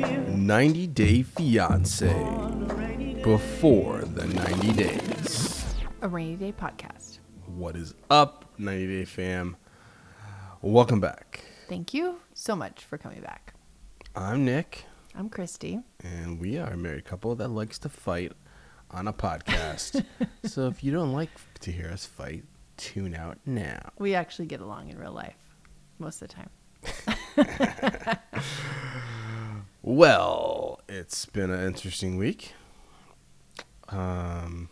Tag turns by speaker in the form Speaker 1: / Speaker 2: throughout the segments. Speaker 1: 90 Day Fiance before the 90 days.
Speaker 2: A rainy day podcast.
Speaker 1: What is up, 90 Day fam? Welcome back.
Speaker 2: Thank you so much for coming back.
Speaker 1: I'm Nick,
Speaker 2: I'm Christy.
Speaker 1: and we are a married couple that likes to fight on a podcast. so if you don't like to hear us fight, tune out now.
Speaker 2: We actually get along in real life most of the time.
Speaker 1: Well, it's been an interesting week. Um,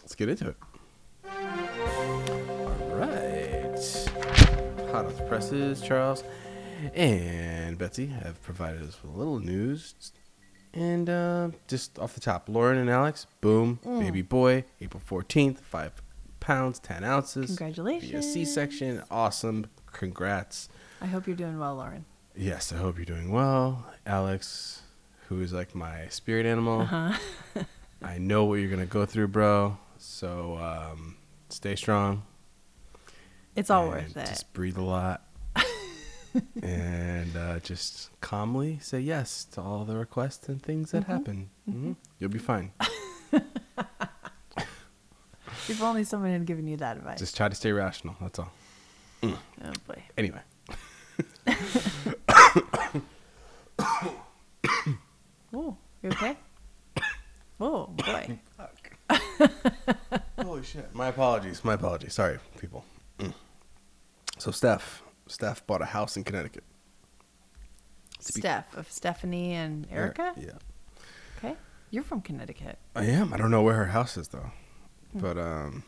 Speaker 1: let's get into it. All right. Hot off the presses, Charles and Betsy have provided us with a little news. And uh, just off the top, Lauren and Alex, boom, baby boy, April 14th, 5 pounds, 10 ounces. Via
Speaker 2: Congratulations.
Speaker 1: C-section, awesome, congrats.
Speaker 2: I hope you're doing well, Lauren.
Speaker 1: Yes, I hope you're doing well. Alex, who is like my spirit animal.
Speaker 2: Uh-huh.
Speaker 1: I know what you're going to go through, bro. So um, stay strong.
Speaker 2: It's all
Speaker 1: and
Speaker 2: worth it.
Speaker 1: Just breathe a lot. and uh, just calmly say yes to all the requests and things
Speaker 2: Mm-hmm.
Speaker 1: that happen. hmm You'll be fine.
Speaker 2: If only someone had given you that advice.
Speaker 1: just try to stay rational. That's all.
Speaker 2: oh boy.
Speaker 1: Anyway.
Speaker 2: Oh, you okay? oh boy.
Speaker 1: Holy shit. My apologies. My apologies. Sorry, people. Mm. So, Steph. Steph bought a house in Connecticut. be-
Speaker 2: Steph of Stephanie and Erica.
Speaker 1: Er, Yeah.
Speaker 2: Okay. You're from Connecticut.
Speaker 1: I am. I don't know where her house is though.
Speaker 2: Hmm.
Speaker 1: But um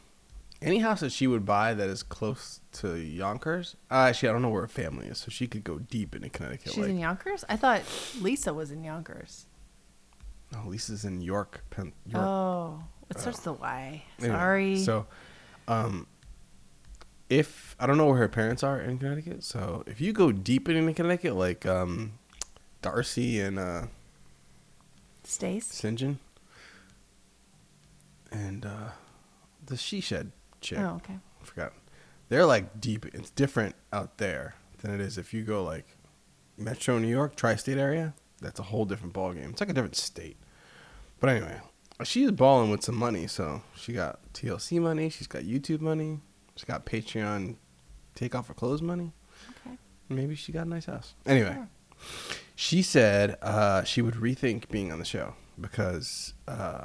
Speaker 1: any house that she would buy that is close to Yonkers, uh, actually I don't know where her family is, so she could go deep into Connecticut.
Speaker 2: She's
Speaker 1: like,
Speaker 2: in Yonkers? I thought Lisa was in Yonkers.
Speaker 1: no, oh, Lisa's in York, Penn, York.
Speaker 2: Oh. It starts with a Y.
Speaker 1: Anyway,
Speaker 2: Sorry.
Speaker 1: So, um, if I don't know where her parents are in Connecticut, so if you go deep into Connecticut, like um, Darcy and uh,
Speaker 2: Stace?
Speaker 1: St. John, and uh, the she shed chick.
Speaker 2: Oh, okay.
Speaker 1: I forgot. They're like deep. It's different out there than it is if you go like Metro New York, tri-state area. That's a whole different ballgame. It's like a different state. But anyway, she's balling with some money. So she got TLC money. She's got YouTube money. She's got Patreon take off her clothes money.
Speaker 2: Okay.
Speaker 1: Maybe she got a nice house. Anyway, she said uh, she would rethink being on the show because uh,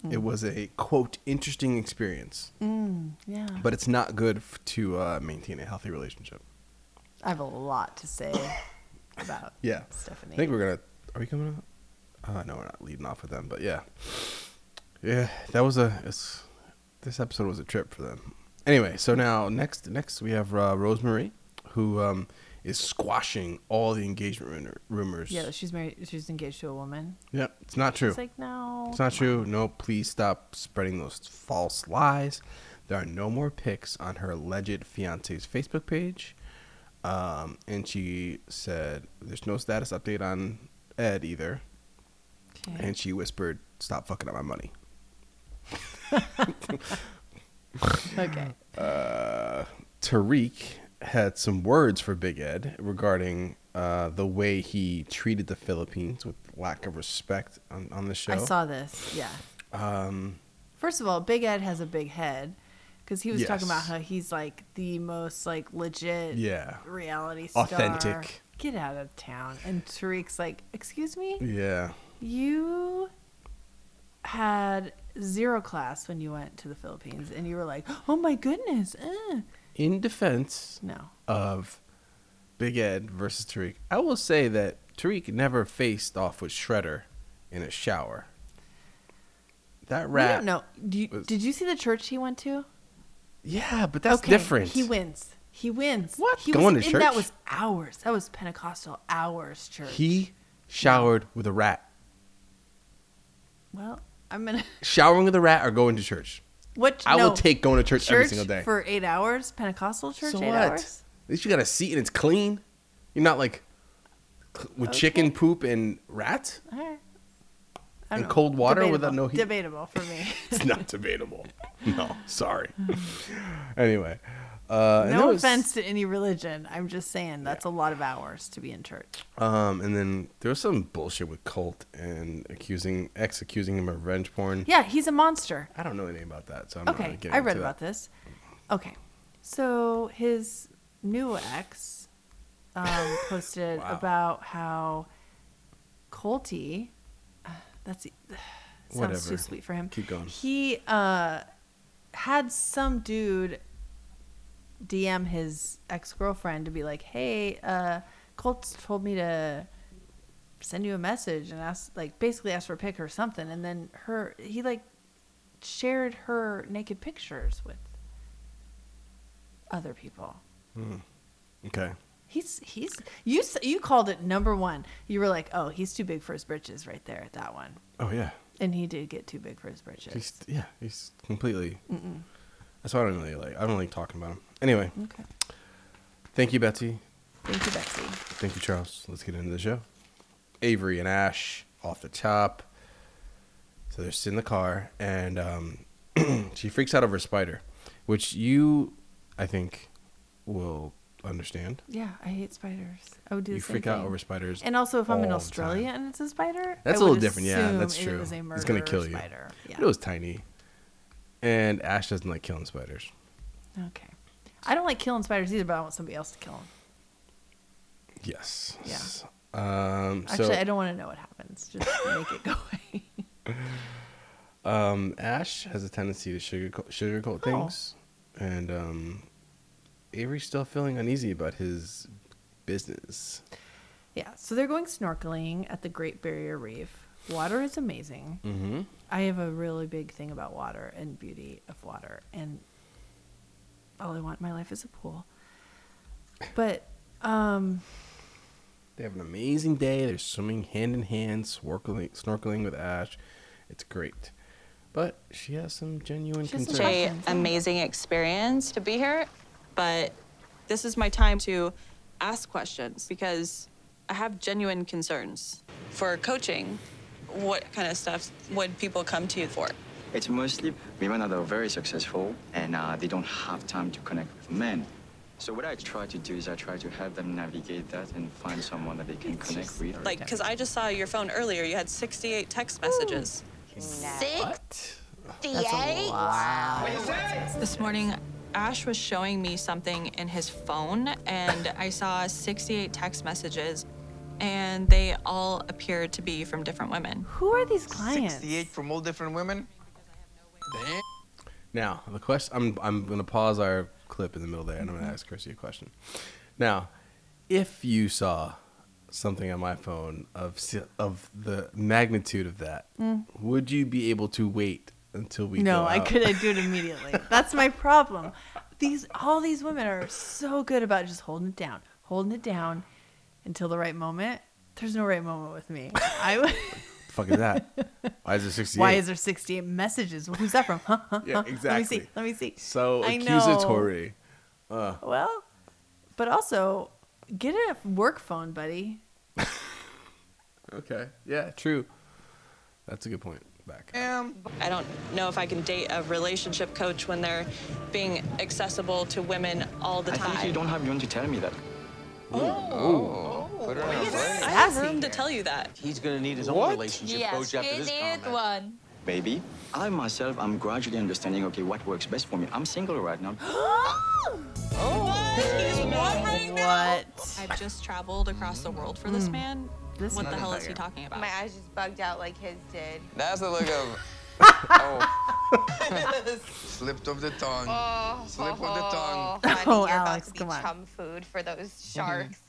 Speaker 2: Hmm.
Speaker 1: it was a quote interesting experience
Speaker 2: Mm, yeah.
Speaker 1: but it's not good f- to uh, maintain a healthy relationship.
Speaker 2: I have a lot to say about
Speaker 1: Yeah,
Speaker 2: Stephanie.
Speaker 1: I think we're gonna. Are we coming up? Uh, no, we're not leading off with them, but yeah, yeah, that was a. It's, this episode was a trip for them. Anyway, so now next, next we have uh, Rosemary, who um, is squashing all the engagement rumor- rumors.
Speaker 2: yeah, that she's married. She's engaged to a woman.
Speaker 1: yeah, it's not true.
Speaker 2: It's like oh, no,
Speaker 1: It's not true. No, please stop spreading those false lies. There are no more pics on her alleged fiance's Facebook page. Um, and she said, There's no status update on Ed either.
Speaker 2: Okay.
Speaker 1: And she whispered, Stop fucking up my money.
Speaker 2: okay.
Speaker 1: Uh, Tariq had some words for Big Ed regarding uh, the way he treated the Philippines with lack of respect on, on the show.
Speaker 2: I saw this. Yeah.
Speaker 1: Um,
Speaker 2: First of all, Big Ed has a big head because he was talking about
Speaker 1: Yes.
Speaker 2: how he's like the most like legit
Speaker 1: yeah.
Speaker 2: reality star.
Speaker 1: Authentic.
Speaker 2: Get out of town. And Tariq's like, "Excuse me,
Speaker 1: Yeah.
Speaker 2: you had zero class when you went to the Philippines, and you were like, oh my goodness, uh.
Speaker 1: In defense
Speaker 2: no."
Speaker 1: of Big Ed versus Tariq. I will say that Tariq never faced off with Shredder in a shower. That
Speaker 2: We
Speaker 1: rap.
Speaker 2: don't know. Do you,
Speaker 1: was-
Speaker 2: did you see the church he went to?
Speaker 1: Yeah, but that's different.
Speaker 2: He wins. He wins.
Speaker 1: What?
Speaker 2: He
Speaker 1: Going
Speaker 2: was
Speaker 1: to
Speaker 2: in- That
Speaker 1: church?
Speaker 2: was hours. That was Pentecostal hours church.
Speaker 1: He showered with a rat.
Speaker 2: well, I'm gonna.
Speaker 1: Showering with a rat or going to church.
Speaker 2: What?
Speaker 1: I
Speaker 2: no.
Speaker 1: will take going to church, every single day.
Speaker 2: for eight hours. Pentecostal church
Speaker 1: so
Speaker 2: eight
Speaker 1: what?
Speaker 2: hours.
Speaker 1: At least you got a seat and it's clean. You're not like cl- with chicken poop and rat.
Speaker 2: All right. I
Speaker 1: And
Speaker 2: don't know.
Speaker 1: cold water
Speaker 2: Debatable.
Speaker 1: without no heat?
Speaker 2: Debatable for me.
Speaker 1: it's not debatable. No, sorry. anyway, Uh, and
Speaker 2: no
Speaker 1: there was-
Speaker 2: offense to any religion. I'm just saying that's a lot of hours to be in church.
Speaker 1: Um, and then there was some bullshit with Colt and accusing ex accusing him of revenge porn.
Speaker 2: Yeah, he's a monster.
Speaker 1: I don't know anything about that, so I'm not really
Speaker 2: Okay,
Speaker 1: getting
Speaker 2: I read
Speaker 1: into
Speaker 2: about
Speaker 1: that.
Speaker 2: this. Okay, so his new ex um, posted
Speaker 1: Wow.
Speaker 2: about how Colty. uh, That's uh, sounds
Speaker 1: Whatever.
Speaker 2: too sweet for him.
Speaker 1: Keep going.
Speaker 2: He uh, had some dude DM his ex girlfriend to be like, "Hey, uh, Colt's told me to send you a message and ask, like, basically ask for a pic or something." And then her, he like shared her naked pictures with other people.
Speaker 1: Okay.
Speaker 2: He's he's you s- you called it number one. You were like, "Oh, he's too big for his britches," right there at that one.
Speaker 1: Oh yeah.
Speaker 2: And he did get too big for his britches.
Speaker 1: He's yeah. He's completely. That's why I don't really like. I don't like talking about him. Anyway,
Speaker 2: okay.
Speaker 1: thank you, Betsy.
Speaker 2: Thank you, Betsy.
Speaker 1: Thank you, Charles. Let's get into the show. Avery and Ash off the top. So they're sitting in the car, and um, she freaks out over a spider, which you, I think, will understand.
Speaker 2: Yeah, I hate spiders. I would do the
Speaker 1: You
Speaker 2: same
Speaker 1: freak out
Speaker 2: thing.
Speaker 1: over spiders.
Speaker 2: And also, if I'm
Speaker 1: all
Speaker 2: in
Speaker 1: the
Speaker 2: Australia
Speaker 1: time.
Speaker 2: and it's a spider,
Speaker 1: That's
Speaker 2: I
Speaker 1: a
Speaker 2: would
Speaker 1: little different. Yeah,
Speaker 2: assume
Speaker 1: that's
Speaker 2: it
Speaker 1: true.
Speaker 2: was a
Speaker 1: it's gonna
Speaker 2: murderer
Speaker 1: kill you.
Speaker 2: Spider. Yeah.
Speaker 1: But it was tiny, and Ash doesn't like killing spiders.
Speaker 2: okay. I don't like killing spiders either, but I want somebody else to kill them.
Speaker 1: Yes.
Speaker 2: Yeah.
Speaker 1: Um,
Speaker 2: Actually,
Speaker 1: so
Speaker 2: I don't want to know what happens. Just make it go away.
Speaker 1: um, Ash has a tendency to sugarcoat, sugarcoat
Speaker 2: Oh.
Speaker 1: things, and um, Avery's still feeling uneasy about his business.
Speaker 2: yeah. So they're going snorkeling at the Great Barrier Reef. Water is amazing.
Speaker 1: Mm-hmm.
Speaker 2: I have a really big thing about water and beauty of water, and all I want in my life is a pool. But um,
Speaker 1: They have an amazing day. They're swimming hand in hand, snorkeling, snorkeling with Ash. It's great, but she has some genuine
Speaker 2: She has some
Speaker 1: concerns.
Speaker 2: questions.
Speaker 3: a amazing experience to be here, but this is my time to ask questions because I have genuine concerns. For coaching, what kind of stuff would people come to you for?
Speaker 4: It's mostly women that are very successful and uh, they don't have time to connect with men. So what I try to do is I try to help them navigate that and find someone that they can connect with.
Speaker 3: Like, because I just saw your phone earlier, you had 68 text messages.
Speaker 1: What?
Speaker 3: This morning, Ash was showing me something in his phone, and I saw 68 text messages, and they all appeared to be from different women.
Speaker 2: who are these clients?
Speaker 5: 68 from all different women.
Speaker 1: Now the question. I'm I'm gonna pause our clip in the middle there, and I'm
Speaker 2: Mm-hmm.
Speaker 1: gonna ask Chrissy a question. Now, if you saw something on my phone of si- of the magnitude of that, would you be able to wait until we?
Speaker 2: Mm. No,
Speaker 1: go
Speaker 2: I
Speaker 1: out?
Speaker 2: couldn't do it immediately. That's my problem. These all these women are so good about just holding it down, holding it down until the right moment. There's no right moment with me. I would-
Speaker 1: Fuck is that? Why is it 68?
Speaker 2: why is there 68 messages? Well, who's that from? Huh? Huh?
Speaker 1: Yeah,
Speaker 2: Huh?
Speaker 1: exactly.
Speaker 2: Let me see. Let me see.
Speaker 1: so
Speaker 2: I know.
Speaker 1: accusatory?
Speaker 2: Well, but also get a work phone, buddy.
Speaker 1: Okay. Yeah. True. That's a good point. Back.
Speaker 2: Eh.
Speaker 5: Um,
Speaker 3: I don't know if I can date a relationship coach when they're being accessible to women all the
Speaker 4: I
Speaker 3: time.
Speaker 4: think you don't have anyone to tell me that.
Speaker 3: I have
Speaker 2: Sassy.
Speaker 3: room to tell you that.
Speaker 6: He's gonna need his own
Speaker 5: What?
Speaker 6: relationship coach after this comment.
Speaker 7: one.
Speaker 4: Maybe. I myself, I'm gradually understanding, okay, what works best for me. I'm single right now.
Speaker 2: What?
Speaker 3: I've just traveled across the world for this man.
Speaker 2: This
Speaker 3: what the hell is
Speaker 2: motherfucker.
Speaker 3: he talking about?
Speaker 7: My eyes just bugged out like his did.
Speaker 5: That's the look of. Oh. Slipped of the tongue.
Speaker 7: Oh,
Speaker 5: Slip of the tongue.
Speaker 7: honey,
Speaker 2: Oh,
Speaker 7: you're
Speaker 2: Alex,
Speaker 7: about to be
Speaker 2: come on. Mm-hmm.
Speaker 7: chum food for those sharks.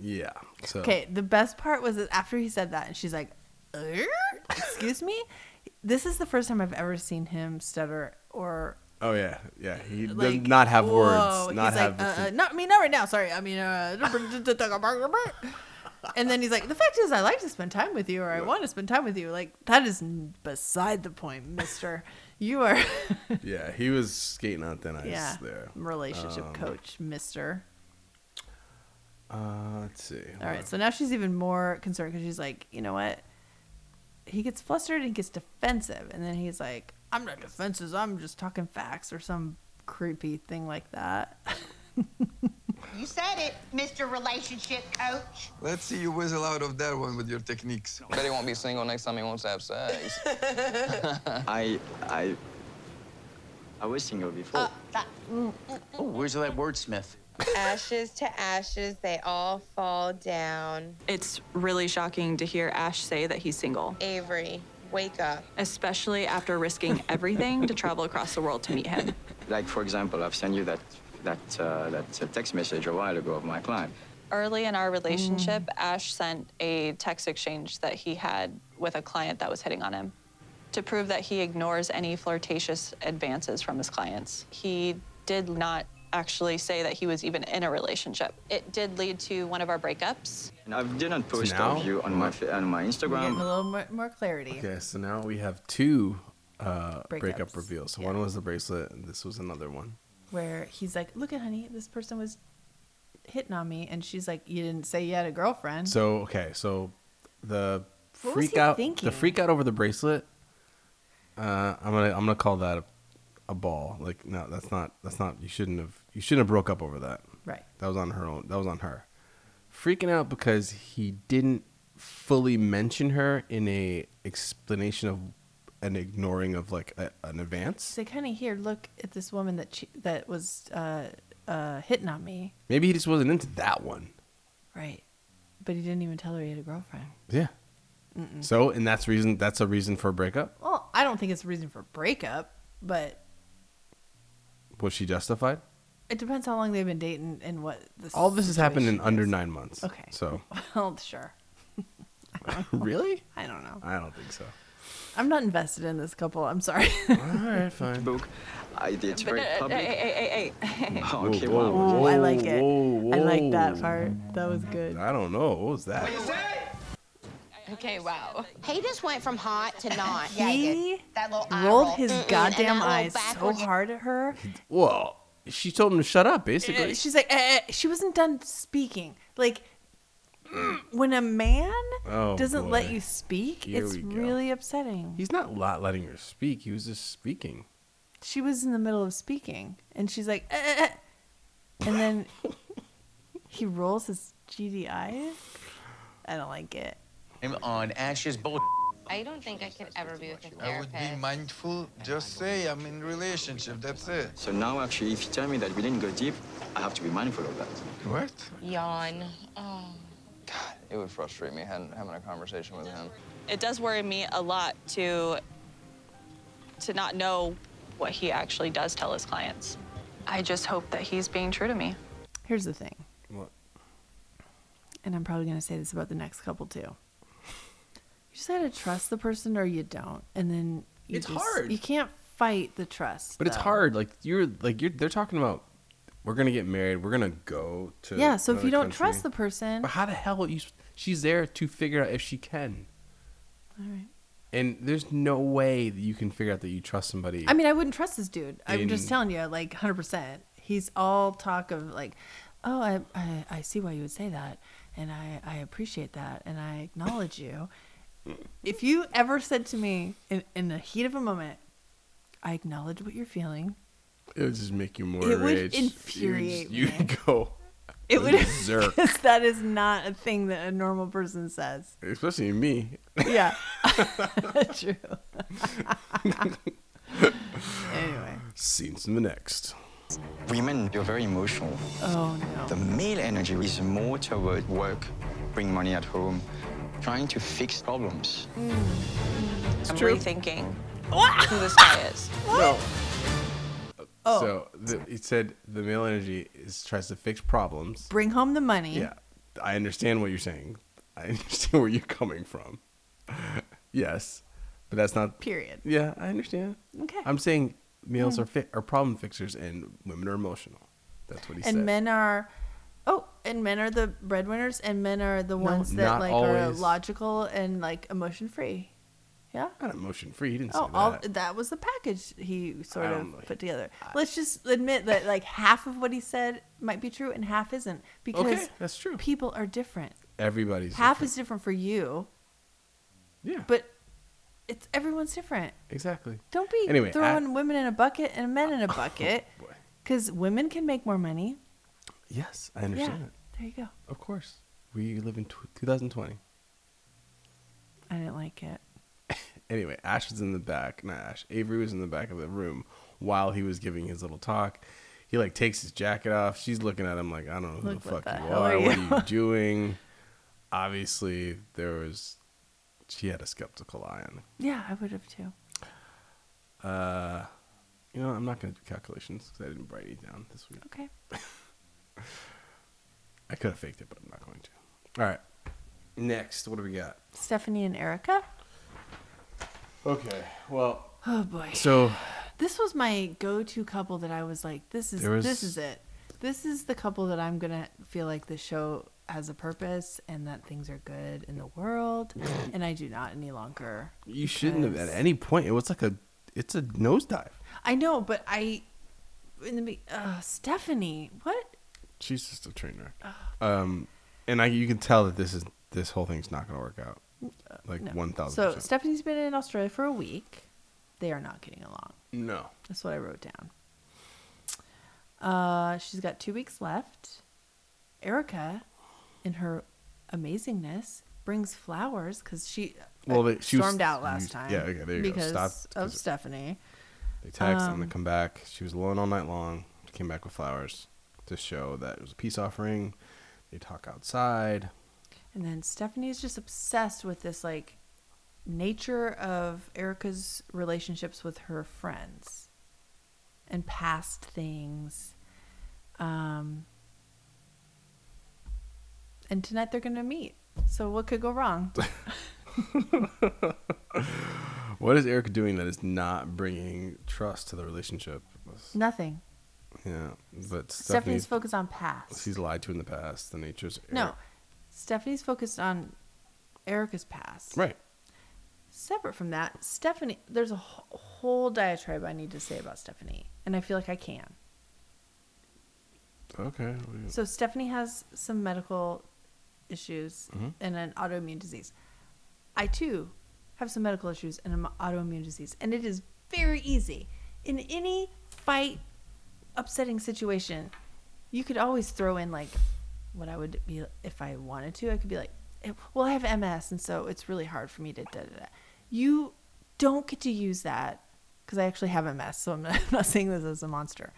Speaker 1: Yeah. So.
Speaker 2: Okay, the best part was that after he said that, and she's like, "Er? "Excuse me." This is the first time I've ever seen him stutter or
Speaker 1: Oh yeah. Yeah. He
Speaker 2: like
Speaker 1: does not have
Speaker 2: whoa.
Speaker 1: words. Not
Speaker 2: he's
Speaker 1: have.
Speaker 2: like,
Speaker 1: the
Speaker 2: uh, uh, not I mean not right now. Sorry, I mean, uh, and then he's like, the fact is, I like to spend time with you, or I want to spend time with you. Like that is n- beside the point, Mister. You are,
Speaker 1: yeah. He was skating on thin ice
Speaker 2: yeah,
Speaker 1: there. Um,
Speaker 2: relationship coach, Mister.
Speaker 1: Uh, let's see.
Speaker 2: All right, so now she's even more concerned because she's like, you know what? He gets flustered and gets defensive, and then he's like, "I'm not defensive. I'm just talking facts or some creepy thing like that.
Speaker 8: You said it, Mr. Relationship Coach.
Speaker 5: Let's see you whistle out of that one with your techniques.
Speaker 9: Bet he won't be single next time he wants to have sex.
Speaker 4: I I I was single before.
Speaker 6: Oh, where's that wordsmith?
Speaker 7: ashes to ashes, they all fall down.
Speaker 3: It's really shocking to hear Ash say that he's single,
Speaker 7: Avery, wake up.
Speaker 3: especially after risking everything to travel across the world to meet him.
Speaker 4: Like for example, I've sent you that that uh, that uh, text message a while ago of my client.
Speaker 3: Early in our relationship, Ash sent a text exchange that he had with a client that was hitting on him to prove that he ignores any flirtatious advances from his clients. He did not actually say that he was even in a relationship. It did lead to one of our breakups.
Speaker 4: And I didn't post of
Speaker 1: now?
Speaker 4: you on my fa- on my
Speaker 2: We're getting a
Speaker 4: Instagram.
Speaker 2: little more, more clarity.
Speaker 1: Um, Okay, so now we have two uh, breakup
Speaker 2: Breakups.
Speaker 1: reveals. So
Speaker 2: Yeah.
Speaker 1: one was the bracelet, and this was another one.
Speaker 2: where he's like, "Look at honey, this person was hitting on me," and she's like, "You didn't say you had a girlfriend."
Speaker 1: So okay, so the
Speaker 2: What was
Speaker 1: freak
Speaker 2: he
Speaker 1: out,
Speaker 2: thinking?
Speaker 1: the freak out over the bracelet. Uh, I'm gonna I'm gonna call that a, a ball. Like no, that's not that's not. You shouldn't have you shouldn't have broke up over that.
Speaker 2: right.
Speaker 1: That was on her own. That was on her. Freaking out because he didn't fully mention her in a explanation of an ignoring of like a, an advance.
Speaker 2: So kind of here, look at this woman that she, that was uh, uh, hitting on me,
Speaker 1: Maybe he just wasn't into that one.
Speaker 2: right? But he didn't even tell her he had a girlfriend.
Speaker 1: Yeah. So and that's reason that's a reason for a breakup.
Speaker 2: Well, I don't think it's a reason for breakup, but
Speaker 1: Was she justified?
Speaker 2: it depends how long they've been dating and what this.
Speaker 1: All this has happened in
Speaker 2: situation
Speaker 1: under
Speaker 2: is.
Speaker 1: nine months.
Speaker 2: Okay.
Speaker 1: So
Speaker 2: Well, sure.
Speaker 1: really,
Speaker 2: I don't know.
Speaker 1: I don't think so.
Speaker 2: I'm not invested in this couple. I'm sorry.
Speaker 1: All right, fine.
Speaker 4: Book. I it's
Speaker 3: But,
Speaker 4: very
Speaker 3: uh,
Speaker 4: public.
Speaker 3: hey, hey, hey, hey, hey.
Speaker 4: Oh, okay,
Speaker 1: Whoa,
Speaker 4: wow.
Speaker 1: whoa,
Speaker 2: Ooh, I like it.
Speaker 1: whoa,
Speaker 2: I like that
Speaker 1: whoa.
Speaker 2: part. That was good.
Speaker 1: I don't know. What was that?
Speaker 7: Okay, wow.
Speaker 8: He just went from hot to not. Yeah, he did.
Speaker 2: He
Speaker 8: That little eye
Speaker 2: rolled
Speaker 8: roll.
Speaker 2: his
Speaker 8: Mm-mm, and that
Speaker 2: goddamn
Speaker 8: little
Speaker 2: eyes so
Speaker 8: backward-
Speaker 2: hard at her.
Speaker 1: Well, she told him to shut up, basically.
Speaker 2: She's like, eh, eh. she wasn't done speaking. Like, when a man
Speaker 1: Oh,
Speaker 2: doesn't let
Speaker 1: boy.
Speaker 2: you speak,
Speaker 1: Here
Speaker 2: it's
Speaker 1: we go.
Speaker 2: really upsetting.
Speaker 1: He's not lot letting her speak. He was just speaking.
Speaker 2: she was in the middle of speaking, and she's like, eh, eh, eh. and then he rolls his GD eyes. I don't like it.
Speaker 6: I'm on Ash's bull.
Speaker 7: I don't think I could ever be with a
Speaker 5: I would be
Speaker 7: therapist.
Speaker 5: mindful. Just say I'm in relationship. That's it.
Speaker 4: So now actually, if you tell me that we didn't go deep, I have to be mindful of that.
Speaker 5: What?
Speaker 7: Yawn. Oh.
Speaker 9: It would frustrate me having, having a conversation with him.
Speaker 3: It does worry me a lot to to not know what he actually does tell his clients. I just hope that he's being true to me.
Speaker 2: Here's the thing.
Speaker 1: What?
Speaker 2: and I'm probably going to say this about the next couple too. You just got to trust the person or you don't. And then you
Speaker 1: It's
Speaker 2: just-
Speaker 1: hard.
Speaker 2: You can't fight the trust.
Speaker 1: But it's
Speaker 2: though.
Speaker 1: hard. Like you're like you're. They're talking about we're gonna get married. We're gonna go to
Speaker 2: Yeah, so if
Speaker 1: another
Speaker 2: you don't
Speaker 1: country."
Speaker 2: trust the person,
Speaker 1: But how the hell are you? She's there to figure out if she can.
Speaker 2: all right.
Speaker 1: And there's no way that you can figure out that you trust somebody.
Speaker 2: I mean, I wouldn't trust this dude. I'm just
Speaker 1: In-
Speaker 2: telling you, like 100%. He's all talk of like, oh, I, I, I see why you would say that. And I, I appreciate that. And I acknowledge you. If you ever said to me in, in the heat of a moment, I acknowledge what you're feeling.
Speaker 1: it would just make you more
Speaker 2: It would
Speaker 1: enraged. You would just-
Speaker 2: infuriate
Speaker 1: You
Speaker 2: me.
Speaker 1: would go,
Speaker 2: It would
Speaker 1: Berserk.
Speaker 2: because that is not a thing that a normal person says.
Speaker 1: especially me.
Speaker 2: Yeah, true. anyway,
Speaker 1: Scenes in the next.
Speaker 4: Women, you're very emotional.
Speaker 2: oh
Speaker 4: The
Speaker 2: no,
Speaker 4: male energy is more toward work, bring money at home, trying to fix problems.
Speaker 3: I'm rethinking
Speaker 2: What?
Speaker 3: who this guy is.
Speaker 2: Oh.
Speaker 1: So the, it said the male energy is tries to fix problems.
Speaker 2: bring home the money.
Speaker 1: Yeah, I understand what you're saying. I understand where you're coming from. yes, but that's not.
Speaker 2: Period.
Speaker 1: Yeah, I understand.
Speaker 2: Okay. Mm-hmm.
Speaker 1: I'm saying males are fi- are problem fixers and women are emotional. That's what he
Speaker 2: and
Speaker 1: said.
Speaker 2: men are, oh, and men are the breadwinners, and men are the ones that
Speaker 1: not
Speaker 2: like are
Speaker 1: always.
Speaker 2: logical and like emotion free. Yeah.
Speaker 1: not emotion free. He didn't say
Speaker 2: Oh,
Speaker 1: that.
Speaker 2: all that was the package he sort
Speaker 1: I
Speaker 2: of
Speaker 1: don't know.
Speaker 2: put together. Let's just admit that like half of what he said might be true and half isn't because
Speaker 1: Okay, that's true.
Speaker 2: People are different.
Speaker 1: Everybody's
Speaker 2: half is different for you,
Speaker 1: yeah,
Speaker 2: but it's everyone's different.
Speaker 1: exactly.
Speaker 2: Don't be
Speaker 1: Anyway, I-
Speaker 2: throwing women in a bucket and men in a bucket.
Speaker 1: Boy.
Speaker 2: Because women can make more money.
Speaker 1: Yes, I understand
Speaker 2: yeah.
Speaker 1: it.
Speaker 2: There you go.
Speaker 1: Of course. We live in tw 2020.
Speaker 2: I didn't like it.
Speaker 1: Anyway, Ash was in the back. Not Ash. Avery was in the back of the room while he was giving his little talk. He like takes his jacket off. She's looking at him like, I don't know who
Speaker 2: Look,
Speaker 1: the
Speaker 2: what
Speaker 1: fuck
Speaker 2: the
Speaker 1: you
Speaker 2: hell
Speaker 1: are.
Speaker 2: are
Speaker 1: What
Speaker 2: you?"
Speaker 1: are you doing? Obviously, there was. She had a skeptical eye on. it.
Speaker 2: Yeah, I would have too.
Speaker 1: Uh, you know, I'm not going to do calculations because I didn't write it down this week.
Speaker 2: Okay.
Speaker 1: I could have faked it, but I'm not going to. All right. Next, what do we got?
Speaker 2: Stephanie and Erica.
Speaker 1: Okay. Well,
Speaker 2: Oh boy.
Speaker 1: so
Speaker 2: this was my go-to couple that I was like, this is
Speaker 1: There was-
Speaker 2: this is it. This is the couple that I'm gonna feel like the show has a purpose and that things are good in the world, and I do not any longer.
Speaker 1: you shouldn't have at
Speaker 2: because-
Speaker 1: any point. It was like a, it's a nosedive.
Speaker 2: I know, but I in the be- uh, Stephanie, what?
Speaker 1: She's just a train wreck. Um, and I, you can tell that this is this whole thing's not going to work out. Like
Speaker 2: uh, No.
Speaker 1: one thousand.
Speaker 2: So
Speaker 1: percent.
Speaker 2: Stephanie's been in Australia for a week. They are not getting along.
Speaker 1: no.
Speaker 2: That's what I wrote down. Uh, she's got two weeks left. Erica, in her amazingness, brings flowers because she
Speaker 1: Well,
Speaker 2: uh,
Speaker 1: they- she was-
Speaker 2: stormed out last
Speaker 1: you-
Speaker 2: time.
Speaker 1: yeah, okay, there you go.
Speaker 2: because
Speaker 1: Stop-
Speaker 2: of Stephanie.
Speaker 1: They text and they come back. She was alone all night long. She came back with flowers to show that it was a peace offering. They talk outside.
Speaker 2: And then Stephanie is just obsessed with this like nature of Erica's relationships with her friends and past things. Um, and tonight they're going to meet. So what could go wrong?
Speaker 1: What is Erica doing that is not bringing trust to the relationship?
Speaker 2: Nothing.
Speaker 1: Yeah, but
Speaker 2: Stephanie's
Speaker 1: Stephanie's,
Speaker 2: focused on past.
Speaker 1: she's lied to in the past. The nature's
Speaker 2: no, Stephanie's focused on Erica's past.
Speaker 1: right.
Speaker 2: Separate from that, Stephanie, there's a wh- whole diatribe I need to say about Stephanie, and I feel like I can.
Speaker 1: Okay.
Speaker 2: So Stephanie has some medical issues and an autoimmune disease. I too have some medical issues and an autoimmune disease, and it is very easy in any fight upsetting situation. You could always throw in like what I would be if I wanted to. I could be like, "Eh, "Well, I have MS, and so it's really hard for me to da da da." You don't get to use that because I actually have MS, so I'm not, I'm not saying this as a monster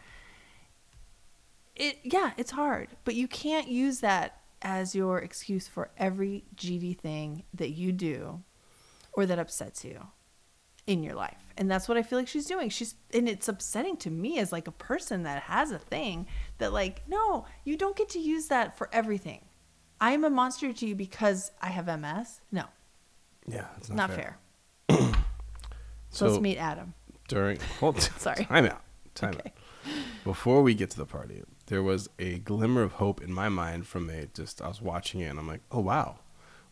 Speaker 2: it yeah, it's hard, but you can't use that as your excuse for every GD thing that you do or that upsets you in your life. And that's what I feel like she's doing. She's and it's upsetting to me as like a person that has a thing that like no, you don't get to use that for everything. I am a monster to you because I have MS. No,
Speaker 1: Yeah, it's
Speaker 2: not,
Speaker 1: not,
Speaker 2: fair. So, let's meet Adam.
Speaker 1: during hold
Speaker 2: Sorry.
Speaker 1: time out time out before we get to the party there was a glimmer of hope in my mind from a just i was watching it and i'm like oh wow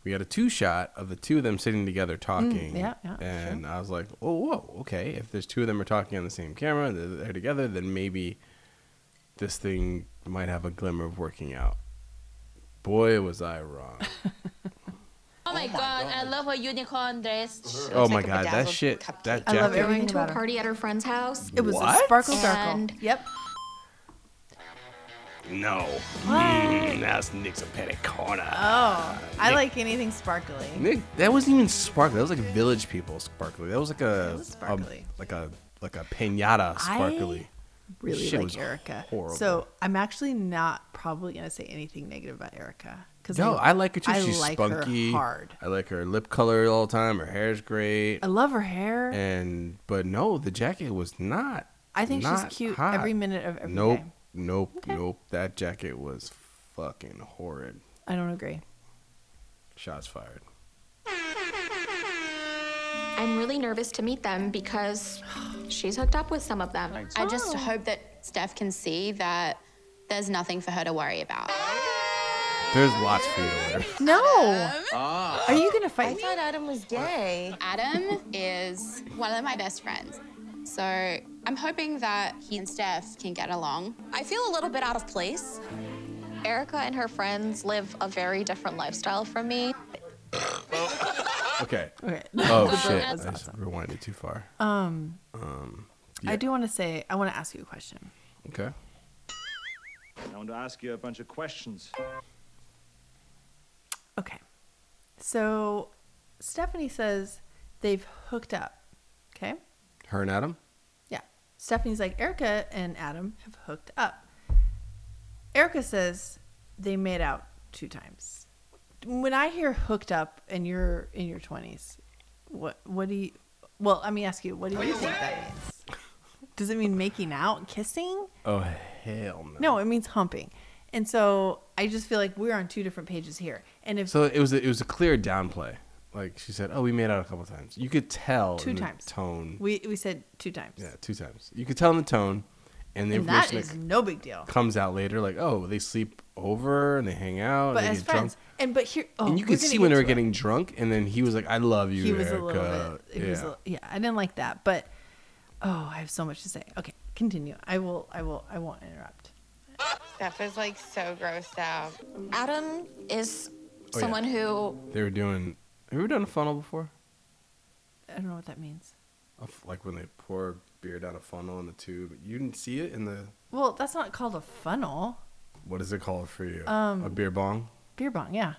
Speaker 1: we had a two shot of the two of them sitting together talking
Speaker 2: Mm, yeah, yeah, sure.
Speaker 1: and i was like oh whoa okay if there's two of them are talking on the same camera they're, they're together then maybe this thing might have a glimmer of working out boy was i wrong
Speaker 10: Oh my, god, I love her unicorn dress.
Speaker 1: oh my god that shit that
Speaker 2: I love
Speaker 1: jacket
Speaker 2: everything
Speaker 10: Going to a
Speaker 2: about her.
Speaker 10: party at her friend's house.
Speaker 2: It was
Speaker 1: What?
Speaker 2: a sparkle darkle.
Speaker 10: And-
Speaker 2: Yep.
Speaker 1: no
Speaker 2: What?
Speaker 1: Mm, that's nick's a petty corner
Speaker 2: Oh, I like anything sparkly.
Speaker 1: Nick, that wasn't even sparkly. That was like village people sparkly. That was like a,
Speaker 2: It was
Speaker 1: a-
Speaker 2: sparkly.
Speaker 1: like a like a pinata sparkly.
Speaker 2: really
Speaker 1: Shit
Speaker 2: like
Speaker 1: was
Speaker 2: Erica.
Speaker 1: horrible.
Speaker 2: So I'm actually not probably gonna say anything negative about Erica because
Speaker 1: no, I, like her too.
Speaker 2: I
Speaker 1: She's
Speaker 2: like
Speaker 1: spunky.
Speaker 2: her hard.
Speaker 1: I like her lip color all the time. Her hair's great.
Speaker 2: I love her hair.
Speaker 1: And but no, the jacket was not.
Speaker 2: I think she's
Speaker 1: not
Speaker 2: cute
Speaker 1: hot.
Speaker 2: every minute of every
Speaker 1: Nope,
Speaker 2: day.
Speaker 1: nope,
Speaker 2: Okay.
Speaker 1: nope. That jacket was fucking horrid.
Speaker 2: I don't agree.
Speaker 1: Shots fired.
Speaker 10: I'm really nervous to meet them because she's hooked up with some of them.
Speaker 8: I just hope that Steph can see that there's nothing for her to worry about.
Speaker 1: There's lots for you to wear.
Speaker 2: No.
Speaker 1: Ah.
Speaker 2: Are you gonna fight me?
Speaker 7: Adam was gay.
Speaker 8: Adam is one of my best friends. So I'm hoping that he and Steph can get along.
Speaker 11: I feel a little bit out of place. Erica and her friends live a very different lifestyle from me.
Speaker 1: Okay.
Speaker 2: Okay.
Speaker 1: Oh shit! I just rewinded too far.
Speaker 2: Um,
Speaker 1: Yeah.
Speaker 2: I do want to say I want to ask you a question.
Speaker 1: Okay.
Speaker 12: want to ask you a bunch of questions.
Speaker 2: Okay. So Stephanie says they've hooked up. Okay.
Speaker 1: Her and Adam?
Speaker 2: Yeah. Stephanie's like, Erica and Adam have hooked up. Erica says they made out two times. When I hear hooked up and you're in your 20s, what what do you Well, let me ask you, what do you think that means? Does it mean making out, kissing?
Speaker 1: Oh, hell no.
Speaker 2: No, it means humping. And so I just feel like we're on two different pages here. And if
Speaker 1: So it was a, it was a clear downplay. Like she said, "Oh, we made out a couple times." You could tell
Speaker 2: Two
Speaker 1: in the
Speaker 2: times.
Speaker 1: tone.
Speaker 2: we we said two times.
Speaker 1: yeah, two times. You could tell in the tone, and the
Speaker 2: And that
Speaker 1: information
Speaker 2: is
Speaker 1: c-
Speaker 2: no big deal.
Speaker 1: comes out later. Like, oh, they sleep over and they hang out.
Speaker 2: But
Speaker 1: they
Speaker 2: as
Speaker 1: get
Speaker 2: friends,
Speaker 1: drunk.
Speaker 2: and but here, oh,
Speaker 1: and you
Speaker 2: we're
Speaker 1: could
Speaker 2: gonna
Speaker 1: see
Speaker 2: get
Speaker 1: when they were
Speaker 2: to it.
Speaker 1: getting drunk, and then he was like, "I love you,
Speaker 2: he was a
Speaker 1: Erica."
Speaker 2: little bit.
Speaker 1: yeah.
Speaker 2: He was a, yeah, I didn't like that, but oh, I have so much to say. Okay, continue. I will. I will. I won't interrupt.
Speaker 7: Steph is like so grossed out.
Speaker 11: Adam is
Speaker 1: Oh, yeah.
Speaker 11: someone who
Speaker 1: they were doing. Have you ever done a funnel before?
Speaker 2: I don't know what that means.
Speaker 1: A f- Like when they pour beer down a funnel in the tube. You didn't see it in the.
Speaker 2: Well, that's not called a funnel.
Speaker 1: What is it called for you?
Speaker 2: Um,
Speaker 1: a beer bong.
Speaker 2: Beer bong, yeah.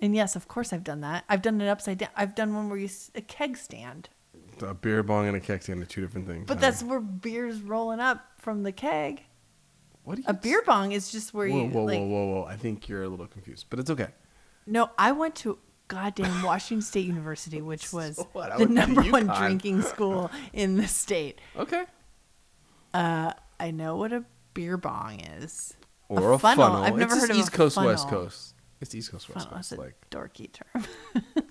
Speaker 2: And yes, of course I've done that. I've done it upside down. I've done one where you s- a keg stand,
Speaker 1: A beer bong and a keg stand are two different things.
Speaker 2: but
Speaker 1: honey.
Speaker 2: that's where beer's rolling up from the keg.
Speaker 1: What?
Speaker 2: a beer bong is just where
Speaker 1: whoa,
Speaker 2: you
Speaker 1: whoa,
Speaker 2: like.
Speaker 1: whoa, whoa, whoa! I think you're a little confused, but it's okay.
Speaker 2: No, I went to goddamn Washington State University, which was
Speaker 1: what? I
Speaker 2: the
Speaker 1: went to
Speaker 2: number one
Speaker 1: UConn.
Speaker 2: drinking school in the state.
Speaker 1: Okay.
Speaker 2: Uh, I know what a beer bong is.
Speaker 1: Or a funnel.
Speaker 2: funnel. I've never
Speaker 1: it's
Speaker 2: heard
Speaker 1: just
Speaker 2: of
Speaker 1: East
Speaker 2: a
Speaker 1: Coast,
Speaker 2: funnel.
Speaker 1: West Coast. It's East Coast, West
Speaker 2: Funnel, that's
Speaker 1: Coast.
Speaker 2: a
Speaker 1: Like
Speaker 2: dorky term.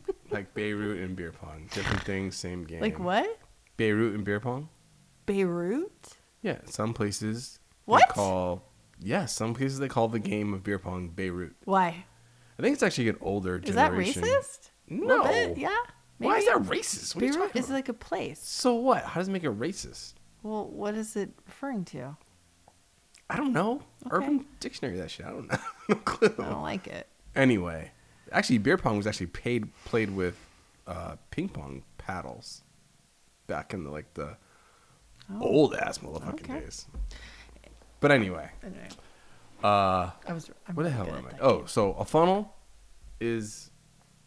Speaker 1: like Beirut and beer pong, different things, same game.
Speaker 2: Like what?
Speaker 1: Beirut and beer pong.
Speaker 2: Beirut?
Speaker 1: Yeah, some places
Speaker 2: What?
Speaker 1: they call yeah, some places they call the game of beer pong Beirut.
Speaker 2: Why?
Speaker 1: I think it's actually an older
Speaker 2: Is that
Speaker 1: generation.
Speaker 2: racist? A
Speaker 1: No.
Speaker 2: little bit, Yeah.
Speaker 1: Why is
Speaker 2: maybe?
Speaker 1: that racist? What are you
Speaker 2: Beirut
Speaker 1: talking
Speaker 2: is like a place.
Speaker 1: So what? How does it make it racist?
Speaker 2: Well, what is it referring to?
Speaker 1: I don't know. Urban Dictionary that shit. I don't know. no clue. I
Speaker 2: don't like it.
Speaker 1: Anyway, actually, beer pong was actually paid, played with uh, ping pong paddles back in the like the
Speaker 2: Oh.
Speaker 1: old ass motherfucking
Speaker 2: Okay.
Speaker 1: days. But anyway,
Speaker 2: Anyway.
Speaker 1: uh,
Speaker 2: I was- I'm
Speaker 1: what the
Speaker 2: really
Speaker 1: hell
Speaker 2: good at
Speaker 1: am I?
Speaker 2: that
Speaker 1: Oh, so a funnel is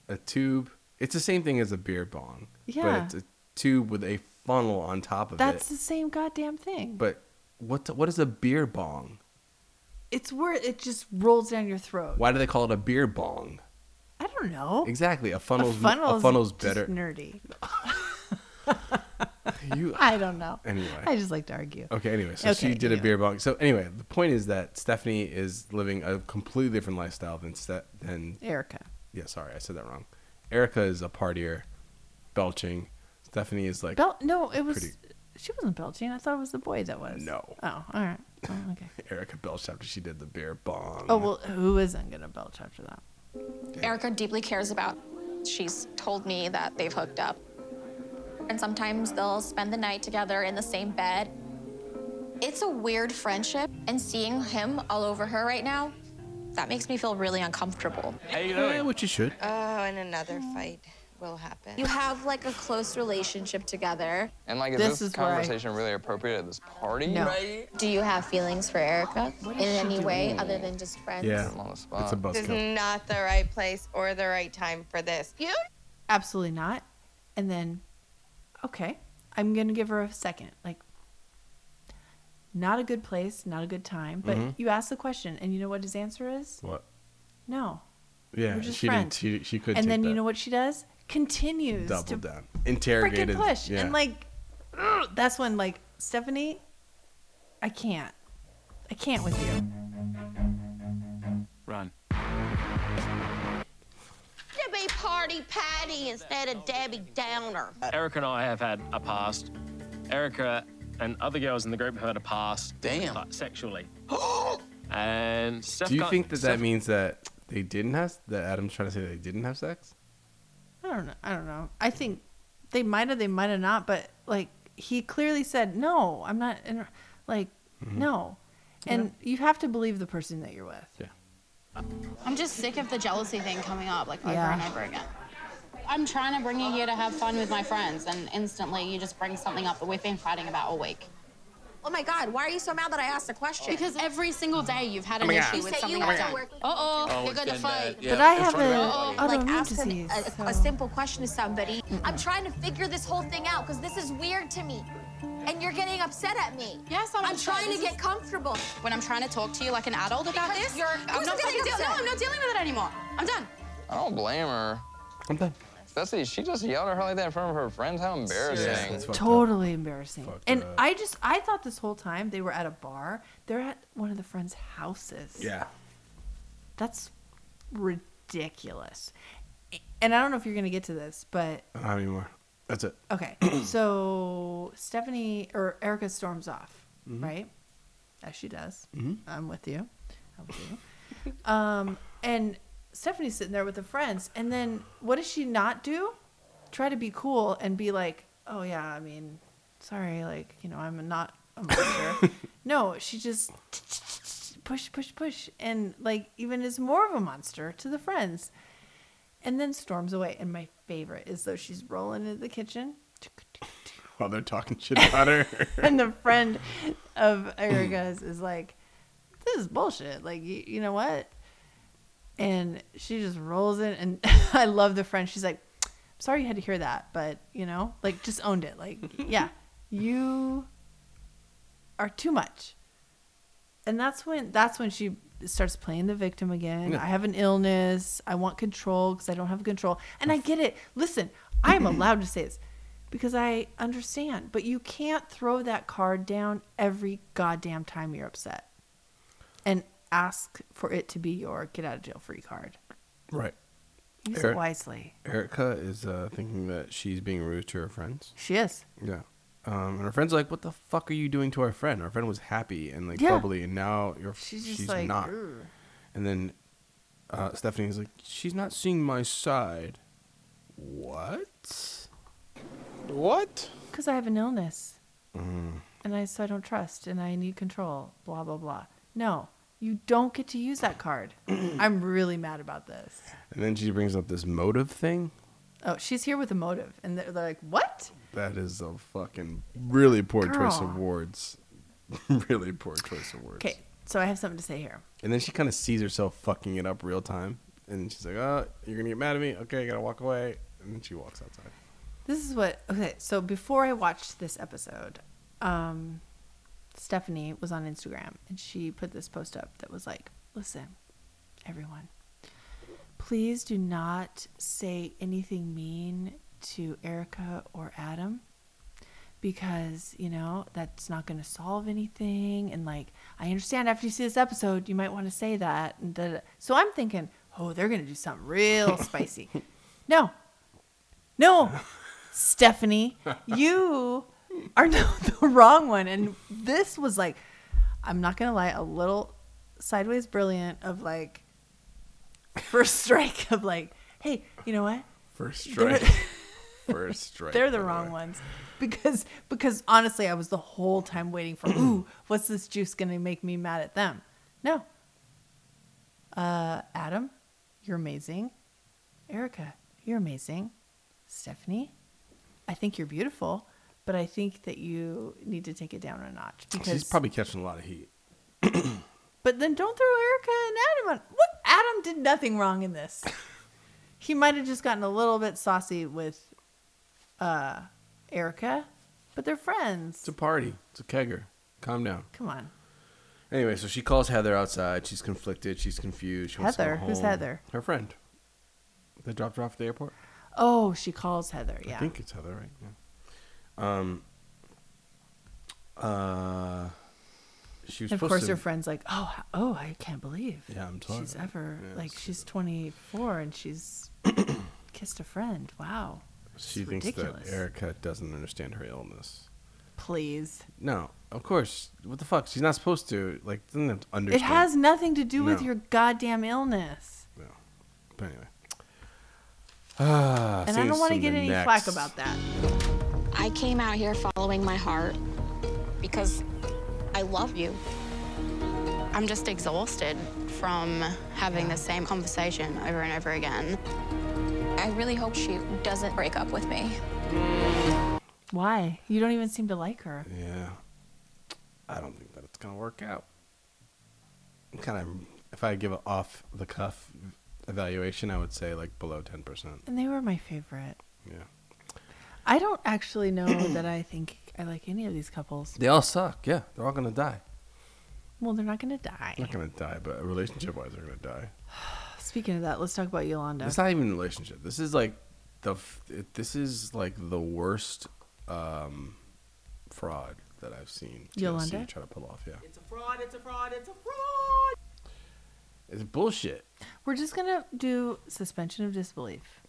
Speaker 1: a tube. It's the same thing as a beer bong.
Speaker 2: Yeah.
Speaker 1: But it's a tube with a funnel on top of
Speaker 2: That's
Speaker 1: it.
Speaker 2: the same goddamn thing.
Speaker 1: But what the- what is a beer bong?
Speaker 2: it's where it just rolls down your throat.
Speaker 1: Why do they call it a beer bong?
Speaker 2: I don't know.
Speaker 1: Exactly. A funnel's
Speaker 2: a
Speaker 1: a
Speaker 2: funnel's,
Speaker 1: funnel's,
Speaker 2: just
Speaker 1: better.
Speaker 2: nerdy.
Speaker 1: You-
Speaker 2: I don't know.
Speaker 1: Anyway.
Speaker 2: I just like to argue.
Speaker 1: Okay, anyway, so she did a
Speaker 2: anyway.
Speaker 1: beer bong. So anyway, the point is that Stephanie is living a completely different lifestyle than Ste- than
Speaker 2: Erica.
Speaker 1: Yeah, sorry, I said that wrong. Erica is a partier, belching. Stephanie is like
Speaker 2: Bel- no, it was
Speaker 1: pretty-
Speaker 2: she wasn't belching. I thought it was the boy that was.
Speaker 1: No.
Speaker 2: Oh, all right. Oh, okay.
Speaker 1: Erica belched after she did the beer bong.
Speaker 2: Oh well, who isn't gonna belch after that?
Speaker 11: Erica deeply cares about. She's told me that they've hooked up. And sometimes they'll spend the night together in the same bed. It's a weird friendship, and seeing him all over her right now, that makes me feel really uncomfortable.
Speaker 1: Yeah, which you should.
Speaker 7: Oh, and another
Speaker 8: Mm.
Speaker 7: fight will happen.
Speaker 11: You have like a close relationship together.
Speaker 9: And like, is
Speaker 11: This
Speaker 9: this,
Speaker 11: is where I-
Speaker 9: conversation really appropriate at this party?
Speaker 11: Do you have feelings for Erica in
Speaker 9: she
Speaker 11: any way
Speaker 9: doing?
Speaker 11: other than just friends?
Speaker 9: Yeah. I'm on the spot. It's a
Speaker 7: This is not the right place or the right time for this. You
Speaker 2: Absolutely not. And then, okay, I'm gonna give her a second. Like, not a good place, not a good time. But
Speaker 1: Mhm.
Speaker 2: you ask the question, and you know what his answer is?
Speaker 1: What?
Speaker 2: No.
Speaker 1: Yeah,
Speaker 2: We're just
Speaker 1: she didn't.
Speaker 2: friends.
Speaker 1: She, she could.
Speaker 2: And then you
Speaker 1: that.
Speaker 2: know what she does? Continues
Speaker 1: double
Speaker 2: to
Speaker 1: down,
Speaker 2: freaking
Speaker 1: interrogated,
Speaker 2: push.
Speaker 1: yeah.
Speaker 2: And like, ugh, that's when like Stephanie, I can't, I can't with you.
Speaker 6: Run.
Speaker 13: to be Party Patty instead of Debbie Downer.
Speaker 14: Erica and I have had a past. Erica Uh, and other girls in the group have had a past. Damn. sexually. and Steph
Speaker 1: do you
Speaker 14: can't-
Speaker 1: think that that
Speaker 14: Steph-
Speaker 1: means that they didn't have that Adam's trying to say they didn't have sex?
Speaker 2: I don't know. I don't know. I think they might have, they might have not, but like he clearly said, no, I'm not. Inter-, like,
Speaker 11: Mm-hmm.
Speaker 2: no. And you have to believe the person that you're with.
Speaker 8: I'm just sick of the jealousy thing coming up like over
Speaker 2: Yeah.
Speaker 8: and over again. I'm trying to bring you here to have fun with my friends, and instantly you just bring something up that we've been fighting about all week.
Speaker 11: Oh my God, why are you so mad that I asked a question?
Speaker 8: Because every single day you've had an
Speaker 11: Oh my God.
Speaker 8: issue
Speaker 11: You
Speaker 8: with
Speaker 11: said
Speaker 8: something
Speaker 11: you
Speaker 8: I've
Speaker 11: went to
Speaker 8: done.
Speaker 11: work-
Speaker 8: Oh, oh,
Speaker 11: Oh,
Speaker 8: you're
Speaker 11: it's
Speaker 8: gonna
Speaker 11: been
Speaker 8: fight.
Speaker 11: bad. Yeah, But I in have front of a everybody. like, ask an- a, a simple question to somebody. I'm trying to figure this whole thing out because this is weird to me. And you're getting upset at me.
Speaker 8: Yes, I'm
Speaker 11: I'm
Speaker 8: upset.
Speaker 11: trying to
Speaker 8: This
Speaker 11: get
Speaker 8: is-
Speaker 11: comfortable.
Speaker 8: When I'm trying to talk to you like an adult about
Speaker 11: Because
Speaker 8: this,
Speaker 11: you're-
Speaker 8: I'm
Speaker 11: Who's
Speaker 8: not
Speaker 11: getting
Speaker 8: fucking deal- No,
Speaker 11: upset?
Speaker 8: I'm not dealing with it anymore. I'm done.
Speaker 9: I don't blame her.
Speaker 1: I'm done.
Speaker 9: Betsy, she just yelled at her like that in front of her friends. How embarrassing.
Speaker 1: Seriously. That's fucked
Speaker 2: Totally embarrassing. And I just I thought this whole time they were at a bar. They're at one of the friends' houses.
Speaker 1: Yeah.
Speaker 2: That's ridiculous. And I don't know if you're gonna get to this, but
Speaker 1: I don't have any more. That's it.
Speaker 2: okay. so Stephanie or Erica storms off,
Speaker 1: Mhm.
Speaker 2: right? As she does.
Speaker 1: Mhm.
Speaker 2: I'm with you. I'm with you. um, and Stephanie's sitting there with her friends, and then what does she not do? Try to be cool and be like, "Oh yeah, I mean, sorry, like you know, I'm not a monster." no, she just push, push, push, and like even is more of a monster to the friends, and then storms away. And my favorite is though she's rolling into the kitchen,
Speaker 1: While they're talking shit about her.
Speaker 2: and the friend of Erica's is like, "This is bullshit. Like, you, you know what?" And she just rolls in, and I love the friend. She's like, "I'm sorry you had to hear that, but you know, like, just owned it. Like, yeah, you are too much." And that's when that's when she starts playing the victim again.
Speaker 1: Yeah.
Speaker 2: I have an illness. I want control because I don't have control. And I get it. Listen, I'm allowed to say this because I understand, but you can't throw that card down every goddamn time you're upset and ask for it to be your get out of jail free card.
Speaker 1: Right.
Speaker 2: Use
Speaker 1: Eric-
Speaker 2: it wisely.
Speaker 1: Erica is uh, thinking that she's being rude to her friends.
Speaker 2: She is.
Speaker 1: Yeah. Um, and her friend's like, "What the fuck are you doing to our friend? Our friend was happy and like
Speaker 2: Yeah.
Speaker 1: bubbly, and now you're
Speaker 2: She's
Speaker 1: she's,
Speaker 2: just like,
Speaker 1: not."
Speaker 2: "Ugh."
Speaker 1: And then uh, Stephanie's like, "She's not seeing my side." What? What?
Speaker 2: Because I have an illness
Speaker 1: Mm.
Speaker 2: and I so I don't trust and I need control, blah, blah, blah. No, you don't get to use that card. I'm really mad about this.
Speaker 1: And then she brings up this motive thing.
Speaker 2: Oh, she's here with a motive. And they're, they're like, what?
Speaker 1: That is a fucking really poor choice of
Speaker 2: Girl.
Speaker 1: words. really poor choice of words.
Speaker 2: Okay, so I have something to say here.
Speaker 1: And then she kind of sees herself fucking it up real time. And she's like, oh, you're going to get mad at me? Okay, I got to walk away. And then she walks outside.
Speaker 2: This is what okay. So before I watched this episode, um, Stephanie was on Instagram and she put this post up that was like, "Listen, everyone, please do not say anything mean to Erica or Adam." Because you know that's not going to solve anything, and like I understand after you see this episode, you might want to say that. And da, da, da. so I'm thinking, oh, they're going to do something real spicy. No, no, Stephanie, you are not the wrong one. And this was like, I'm not gonna lie, a little sideways brilliant of like first strike of like, hey, you know what?
Speaker 1: First
Speaker 2: They're-
Speaker 1: strike. First strike.
Speaker 2: They're the
Speaker 1: by
Speaker 2: wrong
Speaker 1: way.
Speaker 2: ones. Because because honestly, I was the whole time waiting for ooh, what's this juice gonna make me mad at them? No. Uh Adam, you're amazing. Erica, you're amazing. Stephanie, I think you're beautiful, but I think that you need to take it down a notch because
Speaker 1: Oh, She's probably catching a lot of heat.
Speaker 2: but then don't throw Erica and Adam on. What? Adam did nothing wrong in this. he might have just gotten a little bit saucy with uh, Erica, but they're friends.
Speaker 1: It's a party. It's a kegger. Calm down.
Speaker 2: Come on.
Speaker 1: Anyway, so she calls Heather outside. She's conflicted. She's confused. She wants to go
Speaker 2: Heather? Who's
Speaker 1: home.
Speaker 2: Heather?
Speaker 1: Her friend. They dropped her off at the airport.
Speaker 2: Oh, she calls Heather.
Speaker 1: I
Speaker 2: Yeah.
Speaker 1: think it's Heather, right? Yeah. Um. Uh. She was
Speaker 2: And of
Speaker 1: supposed
Speaker 2: course,
Speaker 1: to-
Speaker 2: her friend's like, "Oh, h- oh, I can't believe
Speaker 1: Yeah, I'm sorry.
Speaker 2: she's ever
Speaker 1: Yeah,
Speaker 2: like
Speaker 1: it's
Speaker 2: she's 24 and she's kissed a friend. Wow,
Speaker 1: She
Speaker 2: It's
Speaker 1: thinks
Speaker 2: ridiculous.
Speaker 1: that Erica doesn't understand her illness.
Speaker 2: please."
Speaker 1: No, of course. What the fuck? She's not supposed to. Like, doesn't have to
Speaker 2: It
Speaker 1: understand.
Speaker 2: has nothing to do with
Speaker 1: No.
Speaker 2: your goddamn illness.
Speaker 1: But anyway. Ah,
Speaker 2: and I don't want to get any flack about that.
Speaker 11: I came out here following my heart because I love you.
Speaker 8: I'm just exhausted from having the same conversation over and over again.
Speaker 11: I really hope she doesn't break up with me.
Speaker 2: Why? You don't even seem to like her.
Speaker 1: Yeah. going to work out. Kind of, if I give an off the cuff evaluation, I would say like below 10%.
Speaker 2: And they were my favorite.
Speaker 1: Yeah.
Speaker 2: I don't actually know that I think I like any of these couples.
Speaker 1: They all suck. Yeah. They're all going to die.
Speaker 2: Well, they're not going to die.
Speaker 1: Not going to die, but relationship wise, they're going to die.
Speaker 2: Speaking of that, let's talk about Yolanda.
Speaker 1: It's not even a relationship. This is like the f- it- this is like the worst um, fraud that I've seen. TLC
Speaker 2: Yolanda?
Speaker 1: try to pull off. Yeah,
Speaker 15: It's a fraud, it's a fraud, it's a fraud.
Speaker 1: it's bullshit.
Speaker 2: We're just going to do suspension of disbelief.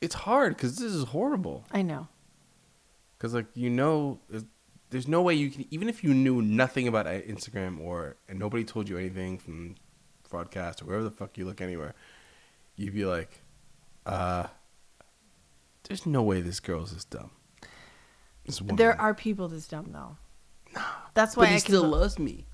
Speaker 1: It's hard because this is horrible.
Speaker 2: I know.
Speaker 1: Because like you know, there's- there's no way you can even if you knew nothing about I- Instagram or and nobody told you anything from broadcast or wherever the fuck you look anywhere, you'd be like, uh, there's no way this girl's this dumb. This woman.
Speaker 2: There are people that's dumb, though. That's why
Speaker 1: But he
Speaker 2: I
Speaker 1: still
Speaker 2: can,
Speaker 1: loves me.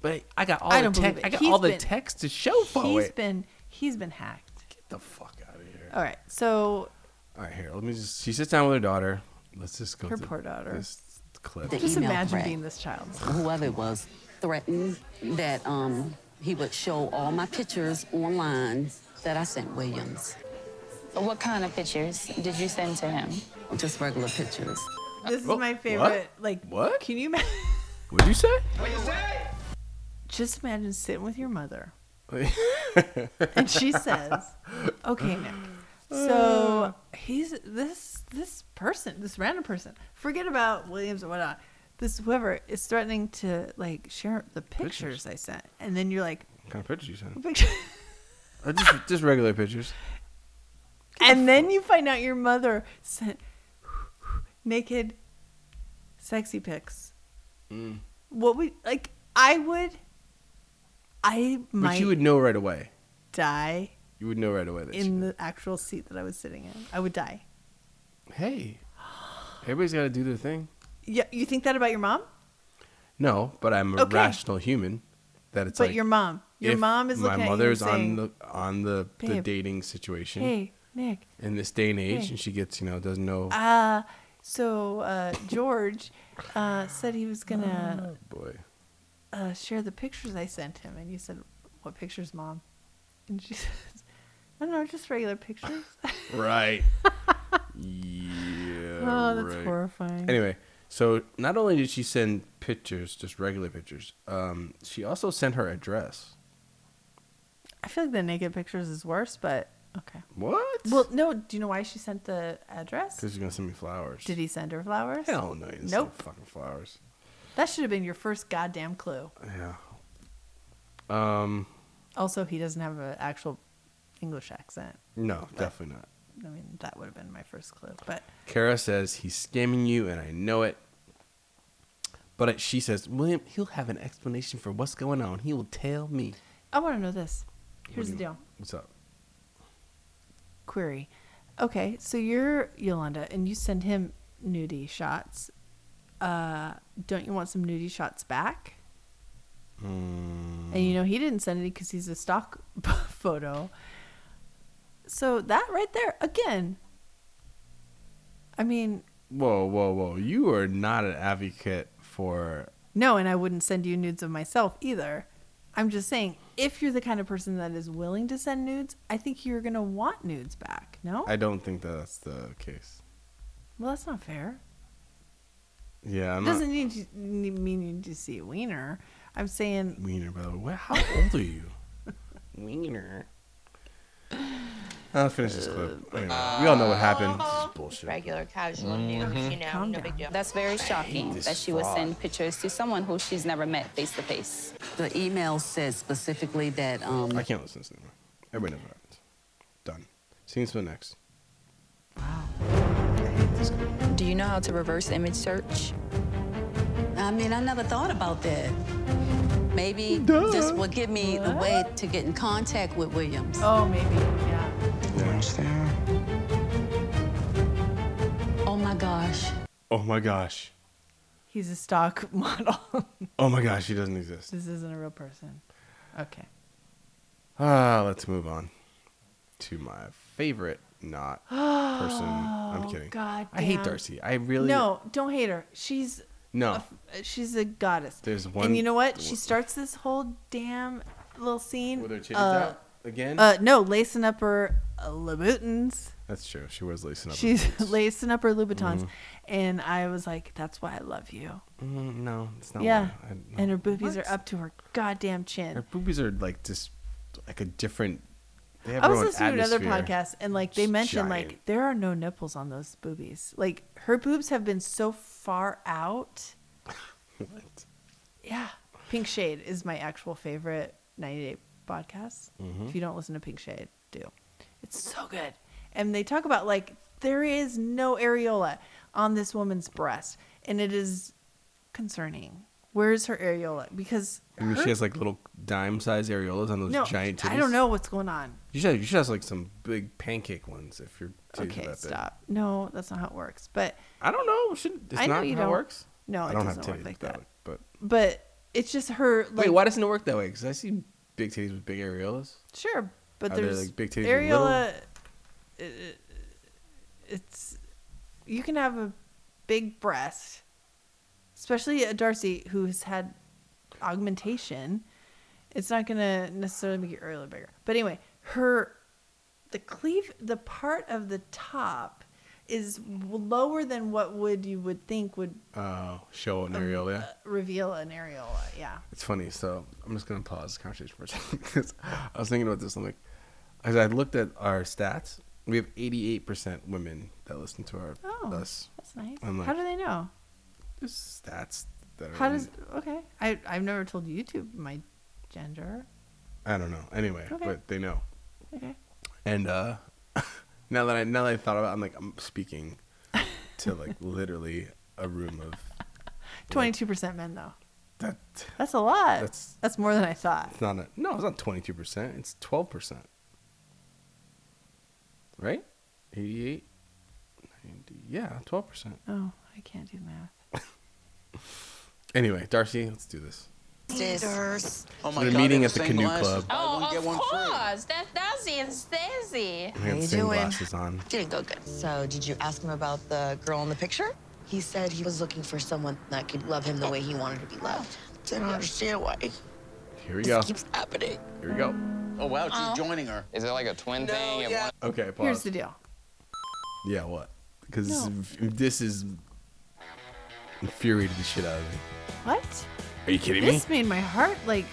Speaker 1: But I got all
Speaker 2: I
Speaker 1: the
Speaker 2: don't
Speaker 1: text.
Speaker 2: believe it.
Speaker 1: I got
Speaker 2: He's
Speaker 1: all the
Speaker 2: been-
Speaker 1: text to show for
Speaker 2: He's
Speaker 1: it.
Speaker 2: been he's been hacked.
Speaker 1: Get the fuck out of here.
Speaker 2: All right, so
Speaker 1: All right, here. Let me just. She sits down with her daughter. Let's just go.
Speaker 2: Her
Speaker 1: to
Speaker 2: poor daughter.
Speaker 1: This clip.
Speaker 2: just imagine being this child.
Speaker 16: whoever it was threatened that um, he would show all my pictures online that I sent Williams.
Speaker 17: What kind of pictures did you send to him?
Speaker 16: Just regular pictures.
Speaker 2: This is
Speaker 16: Oh,
Speaker 2: my
Speaker 16: what?
Speaker 2: favorite. Like,
Speaker 16: What?
Speaker 2: Can you imagine?
Speaker 1: What'd you say?
Speaker 2: Just imagine sitting with your mother,
Speaker 1: and
Speaker 2: and she says, "Okay, Nick, so he's this this person, this random person. Forget about Williams or whatnot. This whoever is threatening to like share the pictures, I sent, and then you're like,
Speaker 1: What kind of pictures you sent?
Speaker 2: picture,
Speaker 1: Uh, just, just regular pictures.
Speaker 2: and then you find out your mother sent naked, sexy pics.
Speaker 1: Mm.
Speaker 2: What would like? I would. I might.
Speaker 1: But you would know right away.
Speaker 2: die
Speaker 1: You would know right away that.
Speaker 2: in the actual seat that I was sitting in. I would die.
Speaker 1: hey, everybody's got to do their thing.
Speaker 2: Yeah, you think that about your mom?
Speaker 1: No, but I'm a
Speaker 2: Okay.
Speaker 1: rational human. That it's
Speaker 2: But
Speaker 1: like
Speaker 2: your mom- your
Speaker 1: if
Speaker 2: mom is looking at
Speaker 1: my
Speaker 2: you
Speaker 1: mother's
Speaker 2: saying,
Speaker 1: on the on the, the
Speaker 2: "Babe,
Speaker 1: dating situation.
Speaker 2: Hey, Nick.
Speaker 1: in this day and age,
Speaker 2: hey.
Speaker 1: and she gets you know doesn't know.
Speaker 2: Uh so uh, George uh, said he was gonna
Speaker 1: boy. Ah.
Speaker 2: uh, share the pictures I sent him, and you said, "What pictures, mom?" And she says, "I don't know, just regular pictures."
Speaker 1: Oh, Right. yeah.
Speaker 2: Oh, that's
Speaker 1: right.
Speaker 2: horrifying.
Speaker 1: Anyway, so not only did she send pictures, just regular pictures, um, she also sent her address.
Speaker 2: I feel like the naked pictures is worse, but okay.
Speaker 1: What?
Speaker 2: Well, no. Do you know why she sent the address?
Speaker 1: Because she's gonna send me flowers.
Speaker 2: Did he send her flowers?
Speaker 1: Hell no. he didn't send
Speaker 2: Nope.
Speaker 1: Fucking flowers.
Speaker 2: That should have been your first goddamn clue.
Speaker 1: Yeah. Um.
Speaker 2: Also, he doesn't have an actual English accent.
Speaker 1: No, definitely not.
Speaker 2: I mean, that would have been my first clue. But
Speaker 1: Kara says he's scamming you, and I know it. But it- she says, William, he'll have an explanation for what's going on. He will tell me.
Speaker 2: I want to know this.
Speaker 1: What
Speaker 2: Here's
Speaker 1: do
Speaker 2: the
Speaker 1: you-
Speaker 2: deal.
Speaker 1: What's up?
Speaker 2: Query. Okay, so you're Yolanda, and you send him nudie shots. Uh, don't you want some nudie shots back?
Speaker 1: Hmm.
Speaker 2: And you know he didn't send any because he's a stock photo. So that right there again. I mean,
Speaker 1: Whoa, whoa, whoa. You are not an advocate for.
Speaker 2: No, and I wouldn't send you nudes of myself either. I'm just saying, if you're the kind of person that is willing to send nudes, I think you're going to want nudes back. No?
Speaker 1: I don't think that that's the case.
Speaker 2: well, that's not fair.
Speaker 1: Yeah, I'm
Speaker 2: it doesn't need you, need- mean you need to see a wiener. I'm saying,
Speaker 1: not. Wiener, by the way. Wha- How old are you? Wiener. I'll finish this
Speaker 2: Uh,
Speaker 1: clip. Anyway, we all know what happened. This is bullshit.
Speaker 7: Regular casual
Speaker 1: Mhm.
Speaker 7: nudes, you know,
Speaker 17: Calm
Speaker 7: no big deal.
Speaker 17: That's very shocking
Speaker 7: this
Speaker 17: that she would
Speaker 7: fraud.
Speaker 17: send pictures to someone who she's never met face to face.
Speaker 16: The email says specifically that. Um,
Speaker 1: I can't listen to this anymore. Everybody knows what happens. Done. Scenes for the next.
Speaker 17: Do you know how to reverse image search?
Speaker 16: I mean, I never thought about that. Maybe this will give me the way to get in contact with Williams.
Speaker 2: Oh, maybe, yeah.
Speaker 16: Oh my gosh.
Speaker 1: Oh my gosh.
Speaker 2: he's a stock model.
Speaker 1: Oh my gosh, he doesn't exist.
Speaker 2: this isn't a real person. Okay.
Speaker 1: Ah, let's move on to my favorite not person. I'm
Speaker 2: Oh,
Speaker 1: kidding.
Speaker 2: God
Speaker 1: I hate
Speaker 2: damn. Uh,
Speaker 1: Darcy. I really
Speaker 2: No, don't hate her. She's
Speaker 1: No.
Speaker 2: She's a goddess.
Speaker 1: There's one-
Speaker 2: And you know what? She starts this whole damn little scene
Speaker 1: With her titties
Speaker 2: uh,
Speaker 1: out again?
Speaker 2: Uh, no, lacing up her uh, Louboutins.
Speaker 1: That's true. She was lacing up. her
Speaker 2: She's
Speaker 1: boots.
Speaker 2: lacing up her Louboutins,
Speaker 1: Mhm.
Speaker 2: and I was like, "That's why I love you."
Speaker 1: Mm, no, it's not.
Speaker 2: yeah,
Speaker 1: why. I- no.
Speaker 2: and her boobies
Speaker 1: What?
Speaker 2: are up to her goddamn chin.
Speaker 1: Her boobies are like just like a different. They have
Speaker 2: I
Speaker 1: their
Speaker 2: was
Speaker 1: own
Speaker 2: listening to
Speaker 1: atmosphere.
Speaker 2: another podcast and like they
Speaker 1: It's
Speaker 2: mentioned
Speaker 1: giant.
Speaker 2: like there are no nipples on those boobies. Like her boobs have been so far out.
Speaker 1: What?
Speaker 2: Yeah. Pink Shade is my actual favorite 90 Day podcast.
Speaker 1: Mhm.
Speaker 2: If you don't listen to Pink Shade, do. It's so good. And they talk about like there is no areola on this woman's breast and it is concerning. Where's her areola? Because
Speaker 1: I mean,
Speaker 2: her-
Speaker 1: she has like little dime-sized areolas on those
Speaker 2: no,
Speaker 1: giant. Titties.
Speaker 2: I don't know what's going on.
Speaker 1: You should. You should have like some big pancake ones if you're.
Speaker 2: Okay, stop. No, that's not how it works. But
Speaker 1: I don't know. Shouldn't it's
Speaker 2: I know
Speaker 1: not
Speaker 2: you
Speaker 1: how it
Speaker 2: don't.
Speaker 1: works?
Speaker 2: No,
Speaker 1: I
Speaker 2: it
Speaker 1: don't have
Speaker 2: doesn't work
Speaker 1: titties
Speaker 2: like
Speaker 1: that.
Speaker 2: that.
Speaker 1: way, But
Speaker 2: But it's just her. Like,
Speaker 1: wait, why doesn't it work that way? Because I see big titties with big areolas.
Speaker 2: Sure, but
Speaker 1: Are there,
Speaker 2: there's
Speaker 1: like, big titties with
Speaker 2: areola. it- it's you can have a big breast, especially a Darcy who has had augmentation. It's not gonna necessarily make your areola bigger. But anyway, her the cleave the part of the top is lower than what would you would think would
Speaker 1: Oh, show
Speaker 2: Um,
Speaker 1: an areola. yeah.
Speaker 2: reveal an areola. Yeah.
Speaker 1: It's funny. So I'm just gonna pause this conversation for a second because I was thinking about this. I'm like, as I looked at our stats, we have 88 percent women that listen to our
Speaker 2: Oh,
Speaker 1: us.
Speaker 2: that's nice.
Speaker 1: I'm like,
Speaker 2: How do they know?
Speaker 1: This stats that are.
Speaker 2: How
Speaker 1: in-
Speaker 2: does okay? I I've never told YouTube my gender.
Speaker 1: I don't know. Anyway,
Speaker 2: Okay.
Speaker 1: but they know.
Speaker 2: Okay.
Speaker 1: And uh, now that I now that I thought about, it, I'm like I'm speaking to like literally a room of.
Speaker 2: Twenty two percent men though.
Speaker 1: That
Speaker 2: that's a lot.
Speaker 1: that's-
Speaker 2: That's that's more than I thought.
Speaker 1: It's not a no. It's not 22 percent. It's 12 percent. Right? 88. 90, yeah, 12 percent.
Speaker 2: Oh, I can't do math.
Speaker 1: Anyway, Darcy, let's do this.
Speaker 13: Scissors.
Speaker 1: Oh my So they're God, meeting they have at the the same Canoe glasses. Club.
Speaker 13: Oh, of course. That, that's Stacy.
Speaker 1: I had sunglasses on.
Speaker 18: Didn't go good. So, did you ask him about the girl in the picture? He said he was looking for someone that could love him the way he wanted to be loved. I don't understand why.
Speaker 1: Here we go.
Speaker 18: keeps happening.
Speaker 1: Here we go.
Speaker 6: Oh wow, she's
Speaker 3: Uh-huh.
Speaker 18: Oh.
Speaker 6: joining her.
Speaker 9: Is it like a twin thing? At one-
Speaker 1: Okay, pause.
Speaker 2: Here's the deal.
Speaker 1: Yeah, what? Because this is infuriated the shit out of me.
Speaker 2: What?
Speaker 1: Are you kidding
Speaker 2: this
Speaker 1: me?
Speaker 2: made my heart like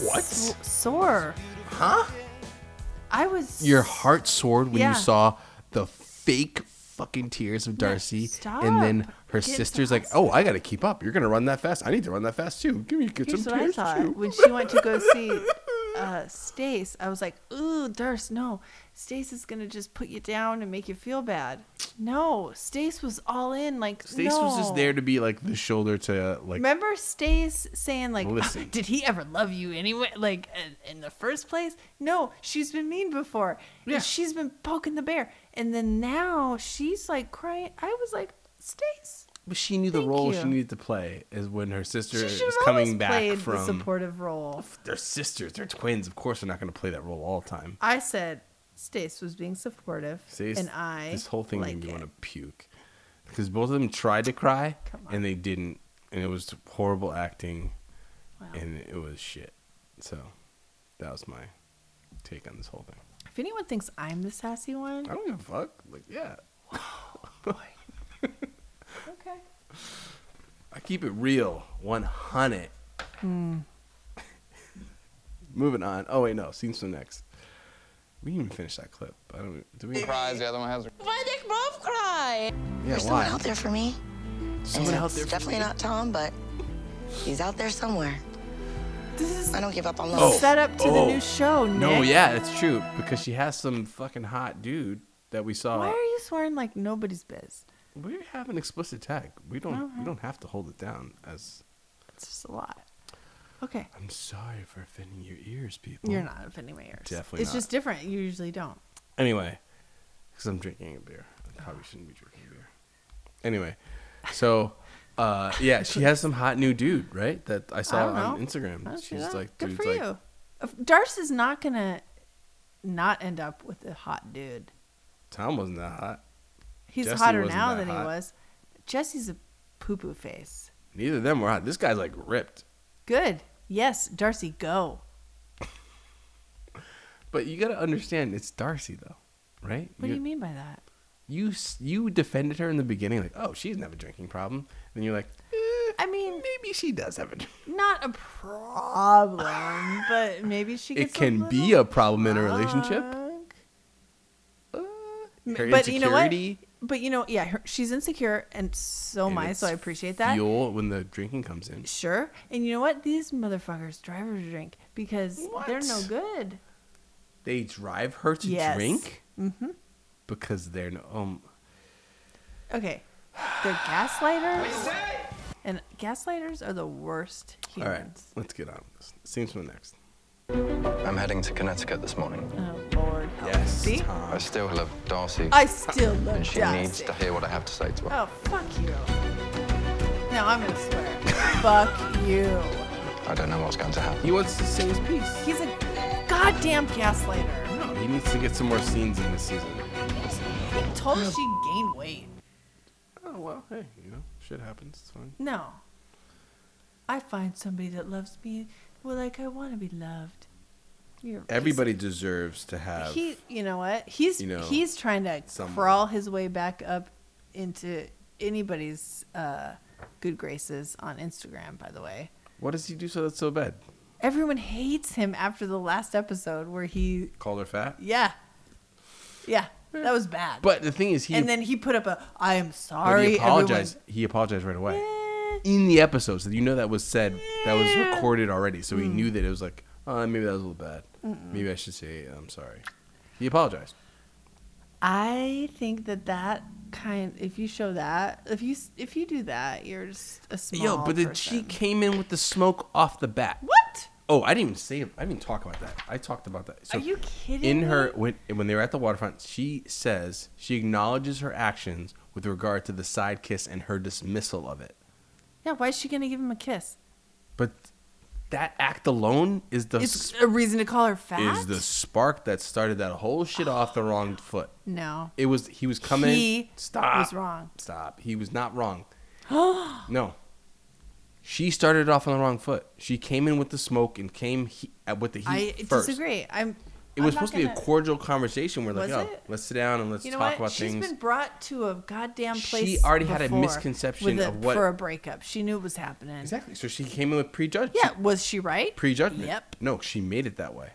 Speaker 1: What?
Speaker 2: s- sore.
Speaker 1: Huh?
Speaker 2: I was
Speaker 1: Your heart soared when
Speaker 2: Yeah.
Speaker 1: you saw the fake fucking tears of Darcy, and then her
Speaker 2: Get to the
Speaker 1: sister's like, "Oh, I gotta keep up. You're gonna run that fast. I need to run that fast too. Give me get
Speaker 2: Here's
Speaker 1: some
Speaker 2: what I
Speaker 1: tears
Speaker 2: thought
Speaker 1: too."
Speaker 2: when she went to go see uh, Stace. I was like, "Ooh, Darce, no, Stace is gonna just put you down and make you feel bad." No, Stace was all in. Like,
Speaker 1: Stace was just
Speaker 2: no.
Speaker 1: there to be like the shoulder to uh, like.
Speaker 2: Remember Stace saying like, "Oh,
Speaker 1: Listen.
Speaker 2: "Did he ever love you anyway? Like uh, in the first place? No, she's been mean before. Yeah. she's been poking the bear, and then now she's like crying. I was like, Stace,
Speaker 1: But she knew the
Speaker 2: Thank
Speaker 1: role
Speaker 2: you.
Speaker 1: she needed to play is when her sister
Speaker 2: she should
Speaker 1: is
Speaker 2: have always
Speaker 1: coming back
Speaker 2: played the
Speaker 1: from.
Speaker 2: supportive role.
Speaker 1: They're sisters. They're twins. Of course, they're not going to play that role all the time.
Speaker 2: I said Stace was being supportive,
Speaker 1: See,
Speaker 2: and I
Speaker 1: this whole thing
Speaker 2: like
Speaker 1: made me
Speaker 2: it.
Speaker 1: want to puke because both of them tried to cry and they didn't, and it was horrible acting, and it was shit. So that was my take on this whole thing.
Speaker 2: If anyone thinks I'm the sassy one,
Speaker 1: I don't give a fuck. Like, yeah,
Speaker 2: okay.
Speaker 1: I keep it real, one hundred.
Speaker 2: Hmm.
Speaker 1: Moving on. Oh wait, no, scenes from next. We didn't even finish that clip. I don't. Do we?
Speaker 9: Surprise, the other one has.
Speaker 18: Why did Mom cry?
Speaker 1: Yeah,
Speaker 18: There's someone
Speaker 1: why?
Speaker 18: out there for me.
Speaker 1: Someone
Speaker 18: And
Speaker 1: out
Speaker 18: it's
Speaker 1: there for
Speaker 18: Definitely
Speaker 1: me.
Speaker 18: not Tom, but he's out there somewhere. I don't give up on love.
Speaker 1: Oh.
Speaker 2: Set up to the
Speaker 1: Oh.
Speaker 2: new show. Nick.
Speaker 1: No, yeah, it's true because she has some fucking hot dude that we saw.
Speaker 2: Why are you swearing like nobody's biz?
Speaker 1: We have an explicit tag. We don't. We
Speaker 2: Alright.
Speaker 1: don't have to hold it down. As
Speaker 2: it's just a lot. Okay.
Speaker 1: I'm sorry for offending your ears, people.
Speaker 2: You're not offending my ears.
Speaker 1: Definitely
Speaker 2: It's
Speaker 1: not.
Speaker 2: just different. You usually don't.
Speaker 1: Anyway, because I'm drinking a beer. I probably shouldn't be drinking beer. Anyway, so uh, yeah, she has some hot new dude, right? That I saw
Speaker 2: I don't
Speaker 1: on
Speaker 2: know.
Speaker 1: Instagram.
Speaker 2: I don't see
Speaker 1: She's
Speaker 2: that.
Speaker 1: like,
Speaker 2: good
Speaker 1: dude's
Speaker 2: for
Speaker 1: like,
Speaker 2: you. If Darce is not gonna not end up with a hot dude.
Speaker 1: Tom wasn't that hot.
Speaker 2: He's
Speaker 1: Jesse
Speaker 2: hotter
Speaker 1: wasn't
Speaker 2: now
Speaker 1: that
Speaker 2: than he
Speaker 1: hot.
Speaker 2: was. Jesse's a poo poo face.
Speaker 1: Neither of them were hot. This guy's like ripped.
Speaker 2: Good. Yes, Darcy, go.
Speaker 1: But you got to understand, it's Darcy though, right?
Speaker 2: What do you mean by that?
Speaker 1: You s- you defended her in the beginning, like, oh, she's never drinking problem. Then you're like, "Eh,
Speaker 2: I mean,
Speaker 1: maybe she does have a.
Speaker 2: Not a problem, but maybe she
Speaker 1: It
Speaker 2: gets.
Speaker 1: can be a problem in a relationship. Her
Speaker 2: but you know what?
Speaker 1: insecurity
Speaker 2: But you know, yeah, her, she's insecure, and so am
Speaker 1: And
Speaker 2: I. So I
Speaker 1: it's
Speaker 2: appreciate that.
Speaker 1: Fuel when the drinking comes in.
Speaker 2: Sure. And you know what? These motherfuckers drive her to drink because they're no good.
Speaker 1: They drive her to
Speaker 2: Yes.
Speaker 1: drink
Speaker 2: Mm-hmm.
Speaker 1: because they're no. Um,
Speaker 2: Okay. They're gaslighters. And gaslighters are the worst
Speaker 1: all right,
Speaker 2: humans.
Speaker 1: let's get on with this. Scenes from the next.
Speaker 9: I'm heading to Connecticut this morning.
Speaker 2: Oh, Lord.
Speaker 9: Yes.
Speaker 2: See?
Speaker 9: I still love Darcy.
Speaker 2: I still love
Speaker 9: And she
Speaker 2: Darcy.
Speaker 9: needs to hear what I have to say to her.
Speaker 2: Oh, fuck you. No, I'm going to swear. fuck you.
Speaker 9: I don't know what's going to happen.
Speaker 1: He wants to say his piece.
Speaker 2: He's a goddamn gaslighter.
Speaker 1: No, he needs to get some more scenes in this season.
Speaker 2: I told her she gained weight.
Speaker 1: Oh, well, hey, you know, shit happens. It's fine.
Speaker 2: No. I find somebody that loves me well, like I want to be loved. You're
Speaker 1: Everybody deserves to have.
Speaker 2: he you know what he's
Speaker 1: you know,
Speaker 2: he's trying to
Speaker 1: someone.
Speaker 2: crawl his way back up into anybody's uh, good graces on instagram by the way
Speaker 1: What does he do so that's so bad?
Speaker 2: everyone hates him after the last episode where he
Speaker 1: Called her fat?
Speaker 2: yeah yeah that was bad
Speaker 1: But the thing is, he
Speaker 2: and then he put up a i am
Speaker 1: but
Speaker 2: sorry
Speaker 1: he apologized.
Speaker 2: everyone.
Speaker 1: He apologized right away in the episode. So you know that was said, that was recorded already. So he
Speaker 2: Mm.
Speaker 1: knew that it was like, oh, maybe that was a little bad.
Speaker 2: Mm-mm.
Speaker 1: Maybe I should say I'm sorry. He apologized.
Speaker 2: i think that that kind if you show that if you s- if you do that you're just a small
Speaker 1: Yo, but then she came in with the smoke off the bat.
Speaker 2: What?
Speaker 1: Oh, I didn't even say. I didn't even talk about that. I talked about that.
Speaker 2: Are you kidding
Speaker 1: In her
Speaker 2: me?
Speaker 1: when when they were at the waterfront, she says she acknowledges her actions with regard to the side kiss and her dismissal of it.
Speaker 2: yeah why is she gonna give him a kiss
Speaker 1: But that act alone is the
Speaker 2: it's
Speaker 1: sp-
Speaker 2: a reason to call her fat
Speaker 1: is the spark that started that whole shit off the wrong foot.
Speaker 2: Oh, no
Speaker 1: It was he was coming.
Speaker 2: He
Speaker 1: stop.
Speaker 2: was wrong.
Speaker 1: Stop. He was not wrong.
Speaker 2: oh
Speaker 1: No. She started off on the wrong foot. She came in with the smoke and came he- uh, with the heat
Speaker 2: I
Speaker 1: first.
Speaker 2: disagree. I'm.
Speaker 1: It was
Speaker 2: I'm not
Speaker 1: supposed to be a
Speaker 2: gonna-
Speaker 1: cordial conversation. We're like,
Speaker 2: Was
Speaker 1: oh,
Speaker 2: it?
Speaker 1: let's sit down and let's
Speaker 2: you know
Speaker 1: talk
Speaker 2: what?
Speaker 1: about
Speaker 2: She's
Speaker 1: things.
Speaker 2: been brought to a goddamn place.
Speaker 1: She already had a
Speaker 2: before
Speaker 1: misconception
Speaker 2: with a-
Speaker 1: of what-
Speaker 2: for a breakup. She knew it was happening.
Speaker 1: Exactly. So she came in with prejudgment.
Speaker 2: Yeah. Was she right?
Speaker 1: Prejudgment.
Speaker 2: Yep.
Speaker 1: No, she made it that way.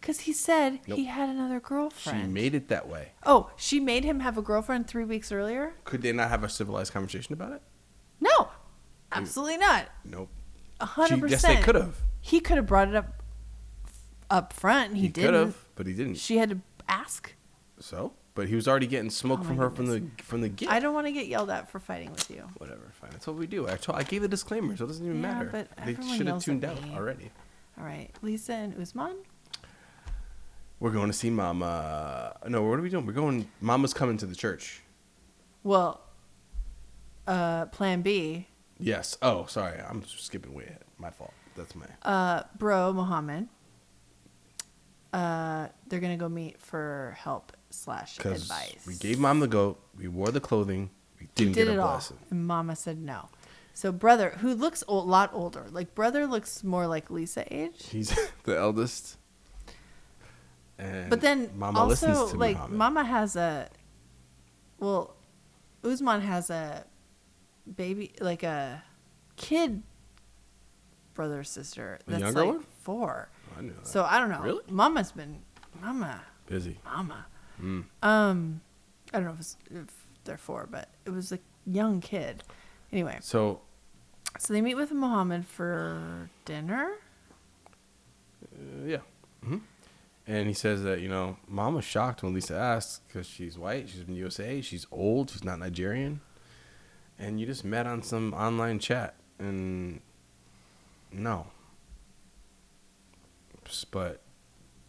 Speaker 2: Because he said
Speaker 1: Nope.
Speaker 2: he had another
Speaker 1: She
Speaker 2: girlfriend.
Speaker 1: made it that way.
Speaker 2: oh, she made him have a girlfriend three weeks earlier.
Speaker 1: Could they not have a civilized conversation about it?
Speaker 2: No, absolutely not.
Speaker 1: Nope.
Speaker 2: A hundred
Speaker 1: She-
Speaker 2: percent.
Speaker 1: yes, they could've.
Speaker 2: He could have brought it up up front, and he,
Speaker 1: could
Speaker 2: didn't.
Speaker 1: have, but he didn't.
Speaker 2: She had to ask.
Speaker 1: so, but he was already getting smoke
Speaker 2: Oh
Speaker 1: from
Speaker 2: my
Speaker 1: her from the from the get.
Speaker 2: I don't want to get yelled at for fighting with you.
Speaker 1: Whatever, fine. That's what we do. I, told, I gave the disclaimer, so it doesn't even
Speaker 2: Yeah,
Speaker 1: matter.
Speaker 2: but
Speaker 1: they
Speaker 2: everyone
Speaker 1: should have
Speaker 2: yells at
Speaker 1: tuned out
Speaker 2: me.
Speaker 1: already.
Speaker 2: All right, Lisa and Usman.
Speaker 1: We're going to see Mama. No, what are we doing? We're going. Mama's coming to the church.
Speaker 2: Well, uh, Plan B,
Speaker 1: Yes. Oh, sorry. I'm skipping way ahead. My fault. That's my.
Speaker 2: uh, bro Mohammed. Uh, they're gonna go meet for help slash
Speaker 1: Because
Speaker 2: advice.
Speaker 1: we gave mom the goat. We wore the clothing. We
Speaker 2: He
Speaker 1: didn't
Speaker 2: did
Speaker 1: get
Speaker 2: it
Speaker 1: a
Speaker 2: all,
Speaker 1: blessing.
Speaker 2: and Mama said no. So brother, who looks a lot older, like brother looks more like Lisa age,
Speaker 1: He's the eldest. And
Speaker 2: but then
Speaker 1: Mama
Speaker 2: also
Speaker 1: listens to
Speaker 2: like
Speaker 1: Muhammad.
Speaker 2: Mama has a, well, Usman has a baby, like a kid, brother sister
Speaker 1: A
Speaker 2: that's
Speaker 1: younger
Speaker 2: like
Speaker 1: one?
Speaker 2: four.
Speaker 1: I knew that.
Speaker 2: So I don't know.
Speaker 1: Really?
Speaker 2: Mama's been Mama.
Speaker 1: Busy.
Speaker 2: Mama.
Speaker 1: Mm.
Speaker 2: Um, I don't know if, it's, if they're four, but it was a young kid. Anyway,
Speaker 1: So
Speaker 2: so they meet with Mohammed for dinner.
Speaker 1: Uh, yeah. hmm And he says that, you know, mom was shocked when Lisa asked because she's white, she's from the USA, she's old, she's not Nigerian. And you just met on some online chat. And no. S- But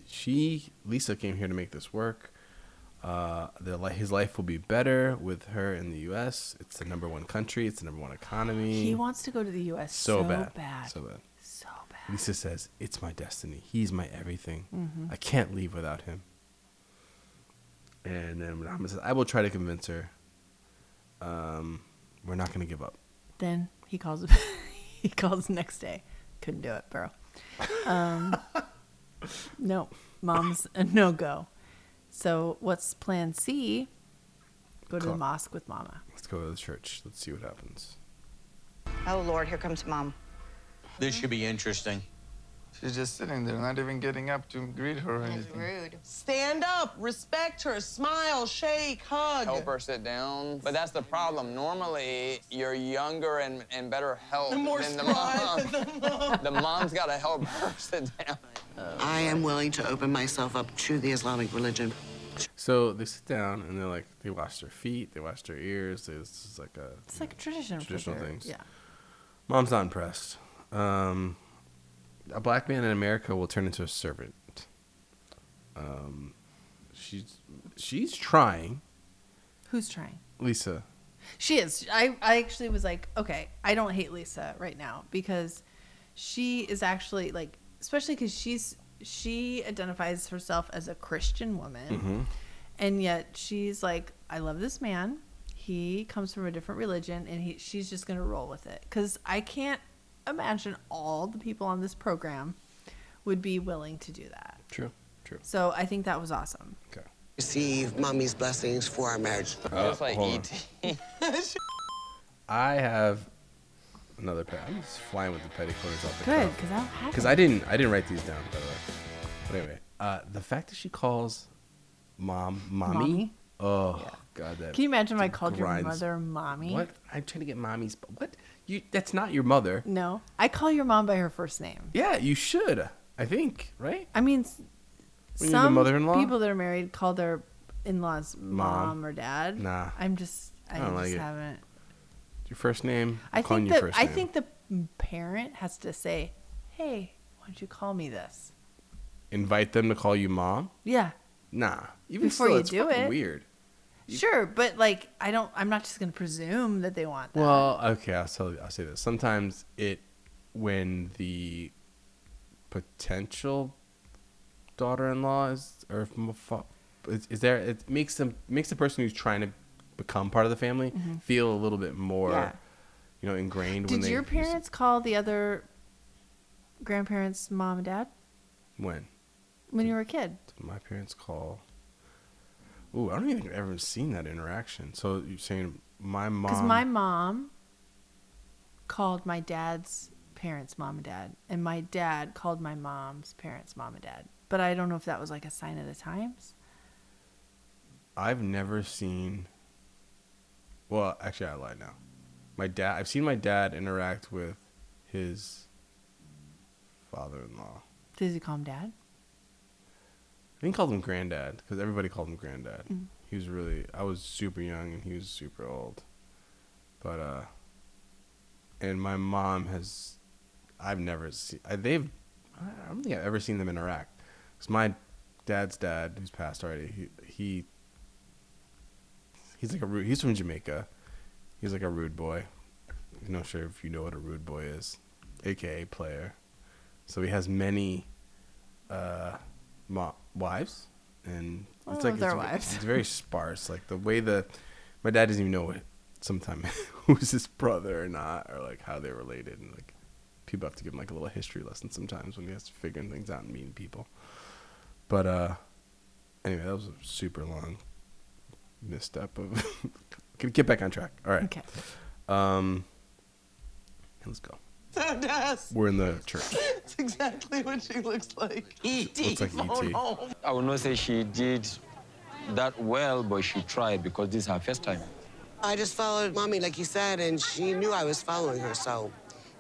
Speaker 1: she, Lisa, came here to make this work. Uh, the, li- his life will be better with her in the U.S. It's the number one country. It's the number one economy.
Speaker 2: He wants to go to the U.S.
Speaker 1: Mm. so,
Speaker 2: so
Speaker 1: bad.
Speaker 2: bad.
Speaker 1: So bad.
Speaker 2: So
Speaker 1: bad. Lisa says, It's my destiny. He's my everything.
Speaker 2: Mhm.
Speaker 1: I can't leave without him. And then Muhammad says, I will try to convince her. Um, we're not going to give up.
Speaker 2: Then He calls. he calls the next day. Couldn't do it, bro. Um, no, mom's a no go. So what's Plan C? Go to the
Speaker 1: Cool.
Speaker 2: mosque with mama.
Speaker 1: Let's go to the church. Let's see what happens.
Speaker 18: Oh Lord, here comes mom.
Speaker 6: This should be interesting.
Speaker 9: She's just sitting there, not even getting up to greet her or anything.
Speaker 5: Rude. Stand up, respect her, smile, shake, hug.
Speaker 9: Help her sit down. But that's the problem. Normally, you're younger and, and better health
Speaker 5: The more
Speaker 9: than the
Speaker 5: spry
Speaker 9: mom. the mom's got to help her sit down.
Speaker 18: I am willing to open myself up to the Islamic religion.
Speaker 1: So they sit down and they're like, they wash their feet, they wash their ears. This is like a
Speaker 2: It's like a tradition for
Speaker 1: traditional
Speaker 2: sure,
Speaker 1: things.
Speaker 2: yeah.
Speaker 1: Mom's not impressed. Um, a black man in America will turn into a servant. Um, she's she's trying,
Speaker 2: Who's trying?
Speaker 1: Lisa.
Speaker 2: She is. I, I actually was like, okay, I don't hate Lisa right now because she is actually like, especially because she's she identifies herself as a Christian woman,
Speaker 1: Mm-hmm.
Speaker 19: Mhm.
Speaker 2: and yet she's like, I love this man. He comes from a different religion, and he she's just gonna roll with it because I can't imagine all the people on this program would be willing to do that.
Speaker 1: True. True.
Speaker 2: So I think that was awesome.
Speaker 18: Receive mommy's blessings for our marriage.
Speaker 1: Uh, Just like hold on. I have another pair. I'm just flying with the petticoats off the
Speaker 2: Good,
Speaker 1: cuff.
Speaker 2: 'cause I don't have
Speaker 1: Because
Speaker 2: any.
Speaker 1: I didn't. I didn't write these down, by the way. But anyway, uh, the fact that she calls mom mommy.
Speaker 2: Mommy?
Speaker 1: Oh God, that.
Speaker 2: Can you imagine if I called
Speaker 1: grinds-
Speaker 2: your mother mommy?
Speaker 1: What? I'm trying to get mommy's. What? You? That's not your mother.
Speaker 2: No, I call your mom by her first name.
Speaker 1: Yeah, you should. I think, right?
Speaker 2: I mean, s-
Speaker 1: When you're the
Speaker 2: some
Speaker 1: mother-in-law?
Speaker 2: people that are married call their in-laws mom, or dad.
Speaker 1: Nah.
Speaker 2: I'm just, I,
Speaker 1: I don't
Speaker 2: just
Speaker 1: like it.
Speaker 2: haven't.
Speaker 1: Your first name.
Speaker 2: I
Speaker 1: calling
Speaker 2: think
Speaker 1: your
Speaker 2: that
Speaker 1: first
Speaker 2: I
Speaker 1: name.
Speaker 2: think the parent has to say, "Hey, why don't you call me this?"
Speaker 1: invite them to call you mom.
Speaker 2: Yeah,
Speaker 1: Nah. Even
Speaker 2: Before
Speaker 1: still,
Speaker 2: you
Speaker 1: it's
Speaker 2: do
Speaker 1: fucking
Speaker 2: it.
Speaker 1: Weird.
Speaker 2: sure, but like, I don't. I'm not just gonna presume that they want.
Speaker 1: Well, okay, I'll tell you, I'll say this. Sometimes it, when the potential daughter-in-law is or if mo- fa- is, is there, it makes them makes the person who's trying to become part of the family
Speaker 2: Mhm.
Speaker 1: feel a little bit more,
Speaker 2: Yeah.
Speaker 1: you know, ingrained. when
Speaker 2: Did
Speaker 1: they
Speaker 2: your
Speaker 1: use-
Speaker 2: parents call the other grandparents mom and dad
Speaker 1: when
Speaker 2: when you were a kid?
Speaker 1: did my parents call? Ooh, I don't even think I've ever seen that interaction. So you're saying my
Speaker 2: Because
Speaker 1: mom?
Speaker 2: my mom called my dad's parents mom and dad, and my dad called my mom's parents mom and dad. But I don't know if that was like a sign of the times.
Speaker 1: I've never seen. Well, actually, I lied now. My dad. I've seen my dad interact with his father-in-law.
Speaker 2: Does he call him dad?
Speaker 1: I think he called him granddad because everybody called him granddad.
Speaker 2: Mm.
Speaker 1: He was really. I was super young and he was super old. But uh. And my mom has. I've never seen. I, they've. I don't think I've ever seen them interact. Because my dad's dad, who's passed already, he, he he's like a rude, he's from Jamaica. He's like a rude boy. I'm not sure if you know what a rude boy is, aka player. So he has many uh, mo- wives, and
Speaker 2: I
Speaker 1: it's
Speaker 2: love
Speaker 1: like
Speaker 2: their
Speaker 1: it's, ve-
Speaker 2: wives.
Speaker 1: it's very sparse. Like the way the my dad doesn't even know what sometimes who's his brother or not, or like how they're related, and like people have to give him like a little history lesson sometimes when he has to figuring things out and meeting people. But uh, anyway, that was a super long misstep of Can get back on track. All right.
Speaker 2: Okay.
Speaker 1: Um let's go. We're in the church.
Speaker 5: That's exactly what she looks like.
Speaker 1: E.T. Looks like E
Speaker 5: Oh,
Speaker 1: E.T..
Speaker 5: no.
Speaker 20: I will not say she did that well, but she tried because this is her first time.
Speaker 18: I just followed mommy, like you said, and she knew I was following her, so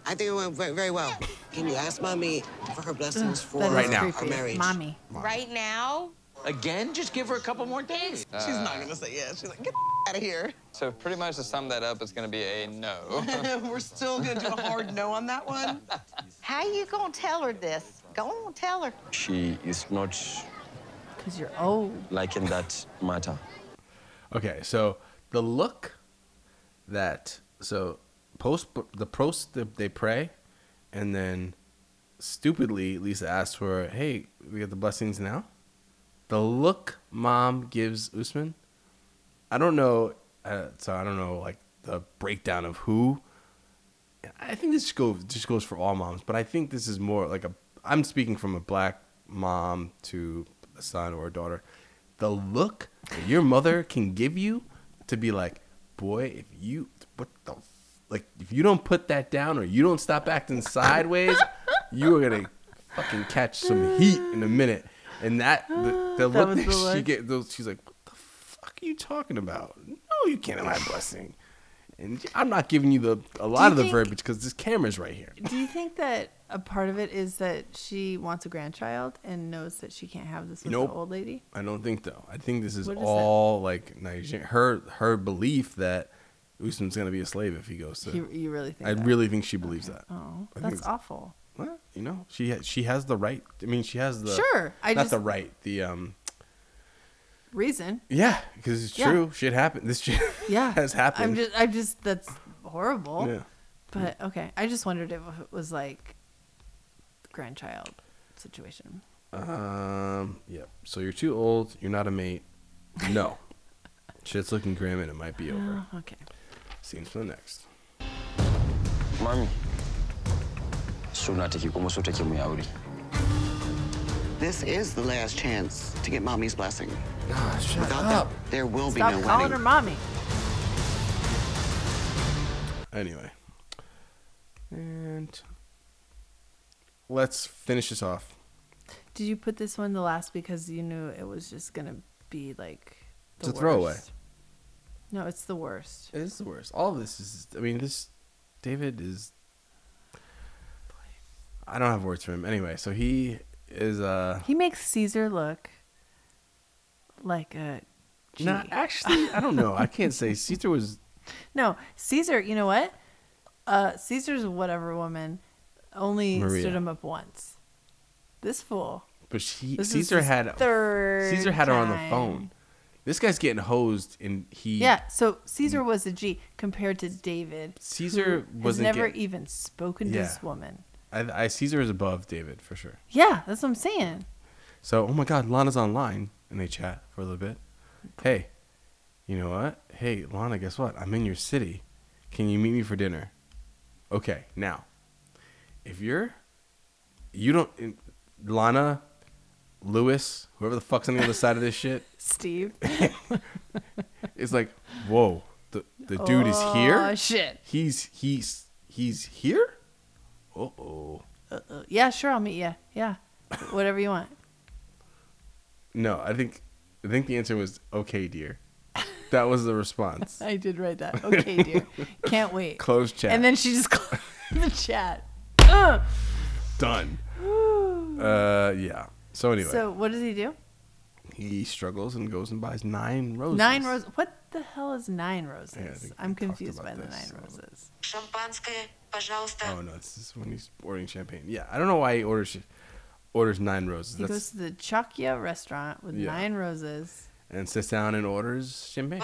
Speaker 18: I think it went ve- very well. Can you ask mommy for her blessings for
Speaker 20: that is Right now.
Speaker 18: our
Speaker 20: creepy.
Speaker 18: marriage?
Speaker 20: Mommy.
Speaker 7: Right now?
Speaker 6: Again? Just give her a couple more days.
Speaker 9: She's not
Speaker 6: gonna say yes. She's like,
Speaker 7: Out of here.
Speaker 9: So pretty much to sum that up, it's going to be a no.
Speaker 5: We're still gonna do a hard no on that one.
Speaker 13: How you gonna tell her this? Go on, tell her.
Speaker 20: She is not
Speaker 2: Because you're old.
Speaker 20: like in that matter.
Speaker 1: Okay, so the look that so post the post that they pray, and then stupidly Lisa asks for, "Hey, we got the blessings now." The look mom gives Usman, I don't know. Uh, so I don't know like the breakdown of who. I think this goes just goes for all moms, but I think this is more like a. I'm speaking from a black mom to a son or a daughter. The look that your mother can give you to be like, boy, if you what the f-? like if you don't put that down or you don't stop acting sideways, you are gonna fucking catch some heat in a minute. And that the, the
Speaker 19: That
Speaker 1: look
Speaker 19: was
Speaker 1: that
Speaker 19: the
Speaker 1: she
Speaker 19: look.
Speaker 1: get, those she's like, what the fuck are you talking about? No, you can't have my blessing. And I'm not giving you the a lot
Speaker 2: you
Speaker 1: of the
Speaker 2: think-
Speaker 1: verbiage because this camera's right here.
Speaker 2: Do you think that a part of it is that she wants a grandchild and knows that she can't have this with
Speaker 1: Nope.
Speaker 2: the old lady?
Speaker 1: I don't think though. I think this is
Speaker 2: What is that?
Speaker 1: all like Nigerian. Her her belief that Usman's gonna be a slave if he goes to.
Speaker 2: You- you really think
Speaker 1: I
Speaker 2: that?
Speaker 1: really think she believes that.
Speaker 2: Oh,
Speaker 1: I think
Speaker 2: that's
Speaker 1: it's-
Speaker 2: awful.
Speaker 1: What? You know, she ha- she has the right. I mean, she has the
Speaker 2: Sure, I
Speaker 1: not
Speaker 2: just-
Speaker 1: the right. The um.
Speaker 2: Reason?
Speaker 1: Yeah, because it's
Speaker 2: Yeah.
Speaker 1: true. Shit happened. This shit
Speaker 2: Yeah,
Speaker 1: has happened.
Speaker 2: I'm just, I'm just that's horrible.
Speaker 1: Yeah.
Speaker 2: But okay, I just wondered if it was like grandchild situation.
Speaker 1: Um. Yep. So you're too old. You're not a mate. No. Shit's looking grim, and it might be over.
Speaker 2: Oh, okay.
Speaker 1: Scenes for the next.
Speaker 20: Mami, suna take kuma so take mu yi aure.
Speaker 21: This is the last chance to get mommy's blessing.
Speaker 1: Ah,
Speaker 21: Without that, there will
Speaker 2: Stop
Speaker 21: be no
Speaker 2: calling
Speaker 21: wedding.
Speaker 2: her mommy.
Speaker 1: Anyway. And let's finish this off.
Speaker 2: Did you put this one the last because you knew it was just gonna be like the
Speaker 1: It's a throwaway.
Speaker 2: worst? No, it's the worst.
Speaker 1: It is the worst. All of this is. I mean, this David is. I don't have words for him. Anyway, so he is. Uh,
Speaker 2: He makes Caesar look like a.
Speaker 1: No,
Speaker 2: G.
Speaker 1: actually, I don't know. I can't say Caesar was.
Speaker 2: No, Caesar. You know what? Uh, Caesar's whatever woman only
Speaker 1: Maria.
Speaker 2: stood him up once. This fool.
Speaker 1: But she,
Speaker 2: This is
Speaker 1: Caesar
Speaker 2: his
Speaker 1: had
Speaker 2: third
Speaker 1: Caesar had her on the
Speaker 2: time.
Speaker 1: phone. This guy's getting hosed, and he
Speaker 2: Yeah. So Caesar was a G compared to David.
Speaker 1: Mm. Caesar
Speaker 2: who has
Speaker 1: wasn't
Speaker 2: never
Speaker 1: get-
Speaker 2: even spoken to this
Speaker 1: Yeah.
Speaker 2: woman.
Speaker 1: I, I Caesar is above David for sure.
Speaker 2: Yeah, that's what I'm saying.
Speaker 1: So, oh my God, Lana's online, and they chat for a little bit. Hey, you know what? Hey, Lana, guess what? I'm in your city. Can you meet me for dinner? Okay, now, if you're, you don't, in- Lana, Lewis, whoever the fuck's on the other side of this shit,
Speaker 2: Steve.
Speaker 1: it's like, whoa, the the dude is here.
Speaker 2: Oh, shit.
Speaker 1: He's he's he's here. Uh oh.
Speaker 2: Uh, yeah, sure, I'll meet you. Yeah, whatever you want.
Speaker 1: No, I think I think the answer was okay, dear. That was the response.
Speaker 2: I did write that. Okay, dear. Can't wait.
Speaker 1: Close chat.
Speaker 2: And then she just closed the chat. Ugh.
Speaker 1: Done. uh, yeah. So anyway,
Speaker 2: So what does he do?
Speaker 1: he struggles and goes and buys nine roses.
Speaker 2: Nine roses. What the hell is nine
Speaker 1: Yeah, I
Speaker 2: roses?
Speaker 1: think
Speaker 2: I'm confused by the nine roses.
Speaker 22: Шампанское, пожалуйста.
Speaker 1: Oh no, this is when he's ordering champagne. Yeah, I don't know why he orders orders nine roses.
Speaker 2: He goes
Speaker 1: That's,
Speaker 2: to the Chakya restaurant with
Speaker 1: Yeah.
Speaker 2: nine roses.
Speaker 1: and sits down and orders champagne.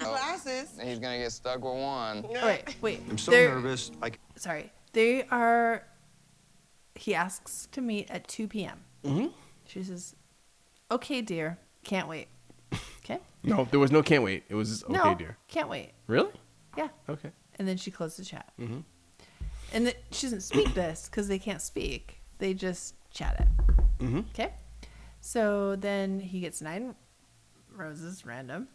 Speaker 9: Glasses. He's gonna get stuck with one.
Speaker 2: Oh, wait, wait.
Speaker 9: I'm so
Speaker 2: They're-
Speaker 9: nervous,
Speaker 2: Sorry. They are. He asks to meet at 2 p.m.
Speaker 1: Mhm.
Speaker 2: She says, "Okay, dear. Can't wait." Okay.
Speaker 1: No, there was no can't wait. It was just, okay,
Speaker 2: no,
Speaker 1: dear.
Speaker 2: Can't wait.
Speaker 1: Really?
Speaker 2: Yeah.
Speaker 1: Okay.
Speaker 2: And then she closed the chat.
Speaker 1: Mm-hmm.
Speaker 2: And th- she doesn't speak this because they can't speak. They just chat it.
Speaker 1: Mm-hmm.
Speaker 2: Okay. So then he gets nine roses random.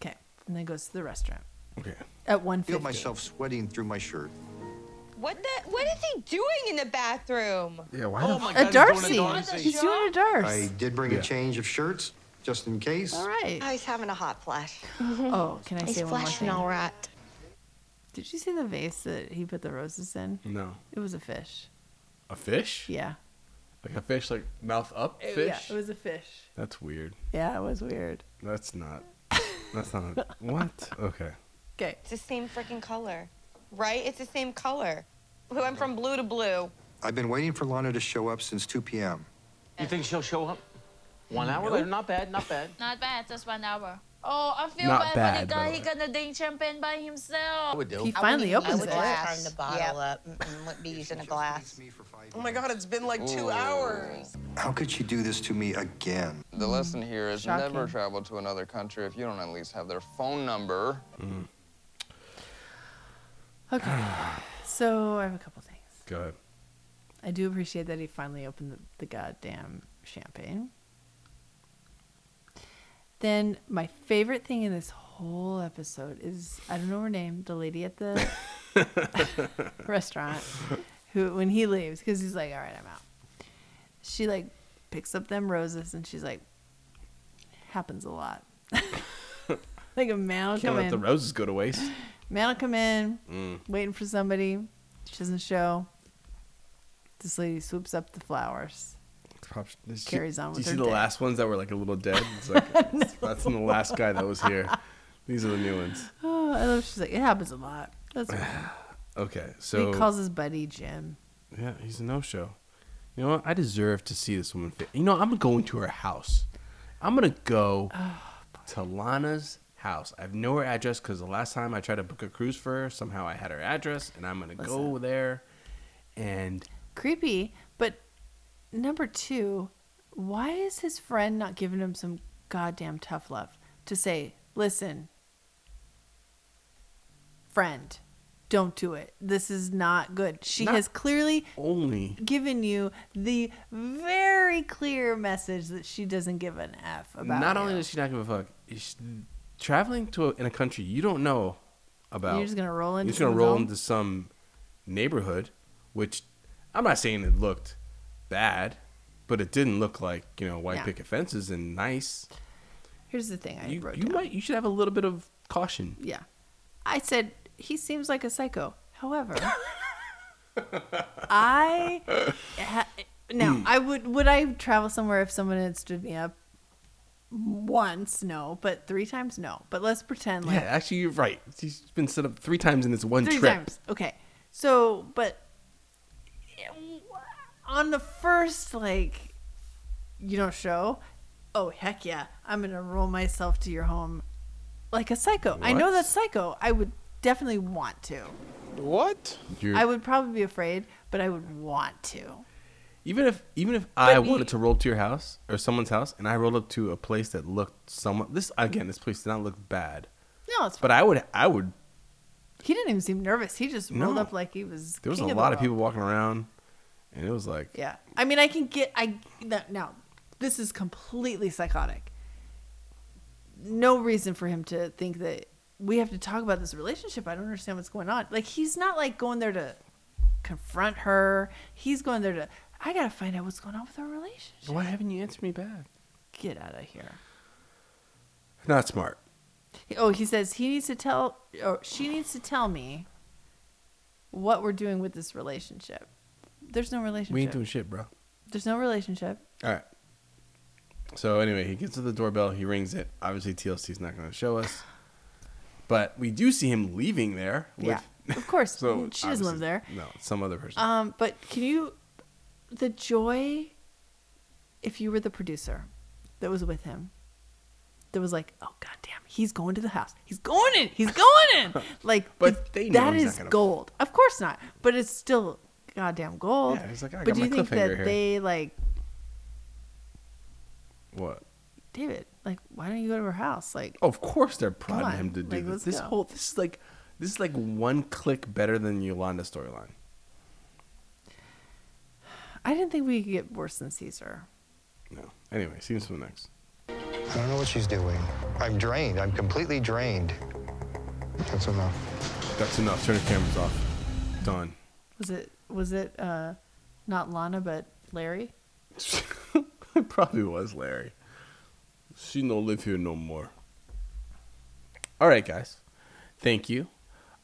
Speaker 2: Okay. And then goes to the restaurant.
Speaker 1: Okay.
Speaker 2: At 150.
Speaker 5: Feel myself sweating through my shirt.
Speaker 7: What the? What is he doing in the bathroom?
Speaker 1: Yeah, why
Speaker 5: the- Oh my God,
Speaker 2: a
Speaker 5: he's doing a
Speaker 2: Darcy.
Speaker 5: Darcy.
Speaker 2: He's doing a Darcy.
Speaker 5: I did bring a change of shirts just in case.
Speaker 2: All right.
Speaker 18: Oh,
Speaker 22: he's having a hot flash.
Speaker 2: Oh, can I
Speaker 22: he's
Speaker 2: say one more
Speaker 22: flashing
Speaker 2: thing?
Speaker 22: all right.
Speaker 2: Did you see the vase that he put the roses in?
Speaker 1: No.
Speaker 2: It was a fish.
Speaker 1: A fish?
Speaker 2: Yeah.
Speaker 1: Like a fish, like mouth up
Speaker 2: It-
Speaker 1: fish.
Speaker 2: Yeah, it was a fish.
Speaker 1: That's weird.
Speaker 2: Yeah, it was weird.
Speaker 1: That's not. That's not. what? Okay.
Speaker 2: Okay.
Speaker 7: It's the same freaking color, right? It's the same color. We went from blue to blue.
Speaker 5: I've been waiting for Lana to show up since 2 p.m.
Speaker 6: You think she'll show up? One hour
Speaker 5: Nope.
Speaker 6: later, not bad, not bad.
Speaker 23: Not bad, just one hour. Oh, I feel
Speaker 6: Not
Speaker 23: bad, for
Speaker 6: bad,
Speaker 23: the
Speaker 6: by
Speaker 23: guy.
Speaker 6: the
Speaker 23: He
Speaker 6: way.
Speaker 23: gonna drink champagne by
Speaker 6: I
Speaker 23: himself.
Speaker 6: would do.
Speaker 2: He finally opens
Speaker 22: I would
Speaker 2: it.
Speaker 22: just turn the bottle up. Mm-mm, wouldn't be using a glass. Oh my God, it's been like
Speaker 9: two Ooh.
Speaker 22: hours.
Speaker 5: How could she do this to me again?
Speaker 9: The lesson here is
Speaker 22: Shocking.
Speaker 9: never travel to another country if you don't at least have their phone number.
Speaker 2: Okay. so I have a couple things.
Speaker 1: Go ahead.
Speaker 2: I do appreciate that he finally opened the, the goddamn champagne. Then my favorite thing in this whole episode is I don't know her name, the lady at the restaurant who when he leaves because he's like, all right, I'm out. She like picks up them roses and she's like, happens a lot. like a man will
Speaker 1: Can't
Speaker 2: come
Speaker 1: let
Speaker 2: in,
Speaker 1: the roses go to waste.
Speaker 2: man will come in,
Speaker 1: Mm.
Speaker 2: waiting for somebody. She doesn't show. This lady swoops up the flowers.
Speaker 1: Props- did you-
Speaker 2: Carries on with
Speaker 1: did you
Speaker 2: her
Speaker 1: see the
Speaker 2: day.
Speaker 1: last ones that were like a little dead? It's like that's the last guy that was here. These are the new ones.
Speaker 2: Oh, I love. She's like, it happens a lot. That's fine."
Speaker 1: Okay, so
Speaker 2: he calls his buddy Jim.
Speaker 1: yeah, he's a no-show. You know what? I deserve to see this woman. Fit. You know, I'm going to her house. I'm gonna go
Speaker 2: Oh,
Speaker 1: to Lana's house. I know her address because the last time I tried to book a cruise for her, somehow I had her address, and I'm gonna go there. And
Speaker 2: Creepy, but number two, why is his friend not giving him some goddamn tough love to say, listen, friend, don't do it. This is not good. She
Speaker 1: Not
Speaker 2: has clearly
Speaker 1: only
Speaker 2: given you the very clear message that she doesn't give an F about.
Speaker 1: not
Speaker 2: you.
Speaker 1: only does she not give a fuck, is she- traveling to a, in a country you don't know about.
Speaker 2: You're just gonna roll into
Speaker 1: You're just gonna
Speaker 2: someone's
Speaker 1: roll
Speaker 2: home?
Speaker 1: into some neighborhood, which I'm not saying it looked bad, but it didn't look like you know white
Speaker 2: Yeah.
Speaker 1: picket fences and nice.
Speaker 2: Here's the thing I
Speaker 1: You,
Speaker 2: wrote
Speaker 1: you
Speaker 2: down.
Speaker 1: might you should have a little bit of caution.
Speaker 2: Yeah. I said, he seems like a psycho. However, I. Ha-
Speaker 1: Hmm.
Speaker 2: now, I would. Would I travel somewhere if someone had stood me up? Once, no. But three times, no. But let's pretend
Speaker 1: yeah,
Speaker 2: like.
Speaker 1: actually you're right. She's been set up three times in this one
Speaker 2: three
Speaker 1: trip.
Speaker 2: times. Okay. So, but. On the first, like, you don't show. Oh, heck yeah. I'm going to roll myself to your home like a psycho. I know
Speaker 1: What?
Speaker 2: that's psycho. I would definitely want to.
Speaker 1: What? You're,
Speaker 2: I would probably be afraid, but I would want to.
Speaker 1: even if even if I wanted to roll to your house or someone's house, and I rolled up to a place that looked somewhat this again, this place did not look bad.
Speaker 2: No, it's
Speaker 1: But I would, I would.
Speaker 2: he didn't even seem nervous. He just rolled
Speaker 1: No.
Speaker 2: up like he was.
Speaker 1: There was
Speaker 2: king
Speaker 1: a
Speaker 2: of the
Speaker 1: lot of
Speaker 2: world.
Speaker 1: people walking around, and it was like,
Speaker 2: Yeah, I mean, I can get. I no, no, this is completely psychotic. No reason for him to think that we have to talk about this relationship. I don't understand what's going on. Like he's not like going there to confront her. He's going there to. I gotta find out what's going on with our relationship.
Speaker 1: why haven't you answered me back?
Speaker 2: Get out of here.
Speaker 1: Not smart.
Speaker 2: Oh, he says he needs to tell, or she needs to tell me what we're doing with this relationship. There's no relationship.
Speaker 1: We ain't doing shit, bro.
Speaker 2: There's no relationship.
Speaker 1: All right. So anyway, he gets to the doorbell. He rings it. Obviously, TLC's not going to show us, but we do see him leaving there. With,
Speaker 2: Yeah, of course.
Speaker 1: So
Speaker 2: she doesn't live
Speaker 1: obviously-
Speaker 2: there.
Speaker 1: No, some other person.
Speaker 2: Um, but can you, the joy, if you were the producer, that was with him, that was like, oh goddamn, he's going to the house. He's going in. He's going in. Like,
Speaker 1: But they know
Speaker 2: that
Speaker 1: he's not
Speaker 2: is
Speaker 1: gonna-
Speaker 2: gold. Of course not. But it's still goddamn gold.
Speaker 1: Yeah, he's like, I
Speaker 2: but
Speaker 1: got
Speaker 2: do
Speaker 1: my
Speaker 2: you think
Speaker 1: cliffhanger
Speaker 2: that
Speaker 1: here.
Speaker 2: they like
Speaker 1: what?
Speaker 2: David? Like, why don't you go to her house? Like,
Speaker 1: Of course, they're prodding
Speaker 2: on,
Speaker 1: him to do
Speaker 2: like,
Speaker 1: this.
Speaker 2: let's
Speaker 1: This
Speaker 2: go.
Speaker 1: whole this is like this is like one click better than Yolanda storyline.
Speaker 2: I didn't think we could get worse than Caesar.
Speaker 1: No. Anyway, seems to next.
Speaker 5: I don't know what she's doing. I'm drained. I'm completely drained. That's enough.
Speaker 1: That's enough. Turn the cameras off. Done.
Speaker 2: Was it? Was it? uh Not Lana, but Larry.
Speaker 1: it probably was Larry. She no live here no more. All right, guys. Thank you.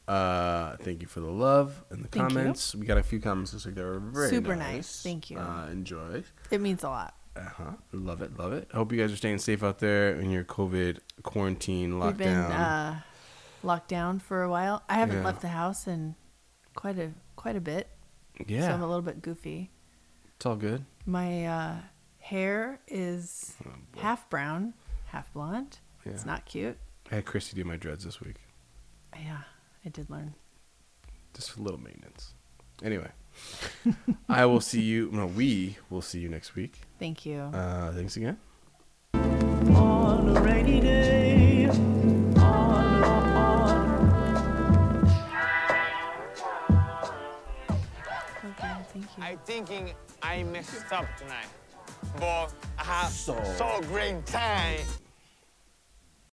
Speaker 1: Uh, thank you for the love and the
Speaker 2: Thank you.
Speaker 1: comments. We got a few comments this week that were very
Speaker 2: Super
Speaker 1: nice.
Speaker 2: nice. Thank you.
Speaker 1: Uh, enjoy.
Speaker 2: It means a lot.
Speaker 1: Uh huh. Love it. Love it. I hope you guys are staying safe out there in your COVID quarantine lockdown.
Speaker 2: We've been uh, locked down for a while. I haven't
Speaker 1: Yeah.
Speaker 2: left the house in quite a quite a bit.
Speaker 1: Yeah.
Speaker 2: so I'm a little bit goofy.
Speaker 1: it's all good.
Speaker 2: My uh, hair is half brown, half blonde. It's
Speaker 1: Oh, Yeah.
Speaker 2: not cute.
Speaker 1: I had Christy do my dreads this week.
Speaker 2: Yeah, I did learn.
Speaker 1: just a little maintenance. Anyway, I will see you. No, we will see you next week.
Speaker 2: Thank you.
Speaker 1: Uh, thanks again.
Speaker 2: Okay, Oh, thank you.
Speaker 18: I'm thinking I messed up tonight, but I had so, great time.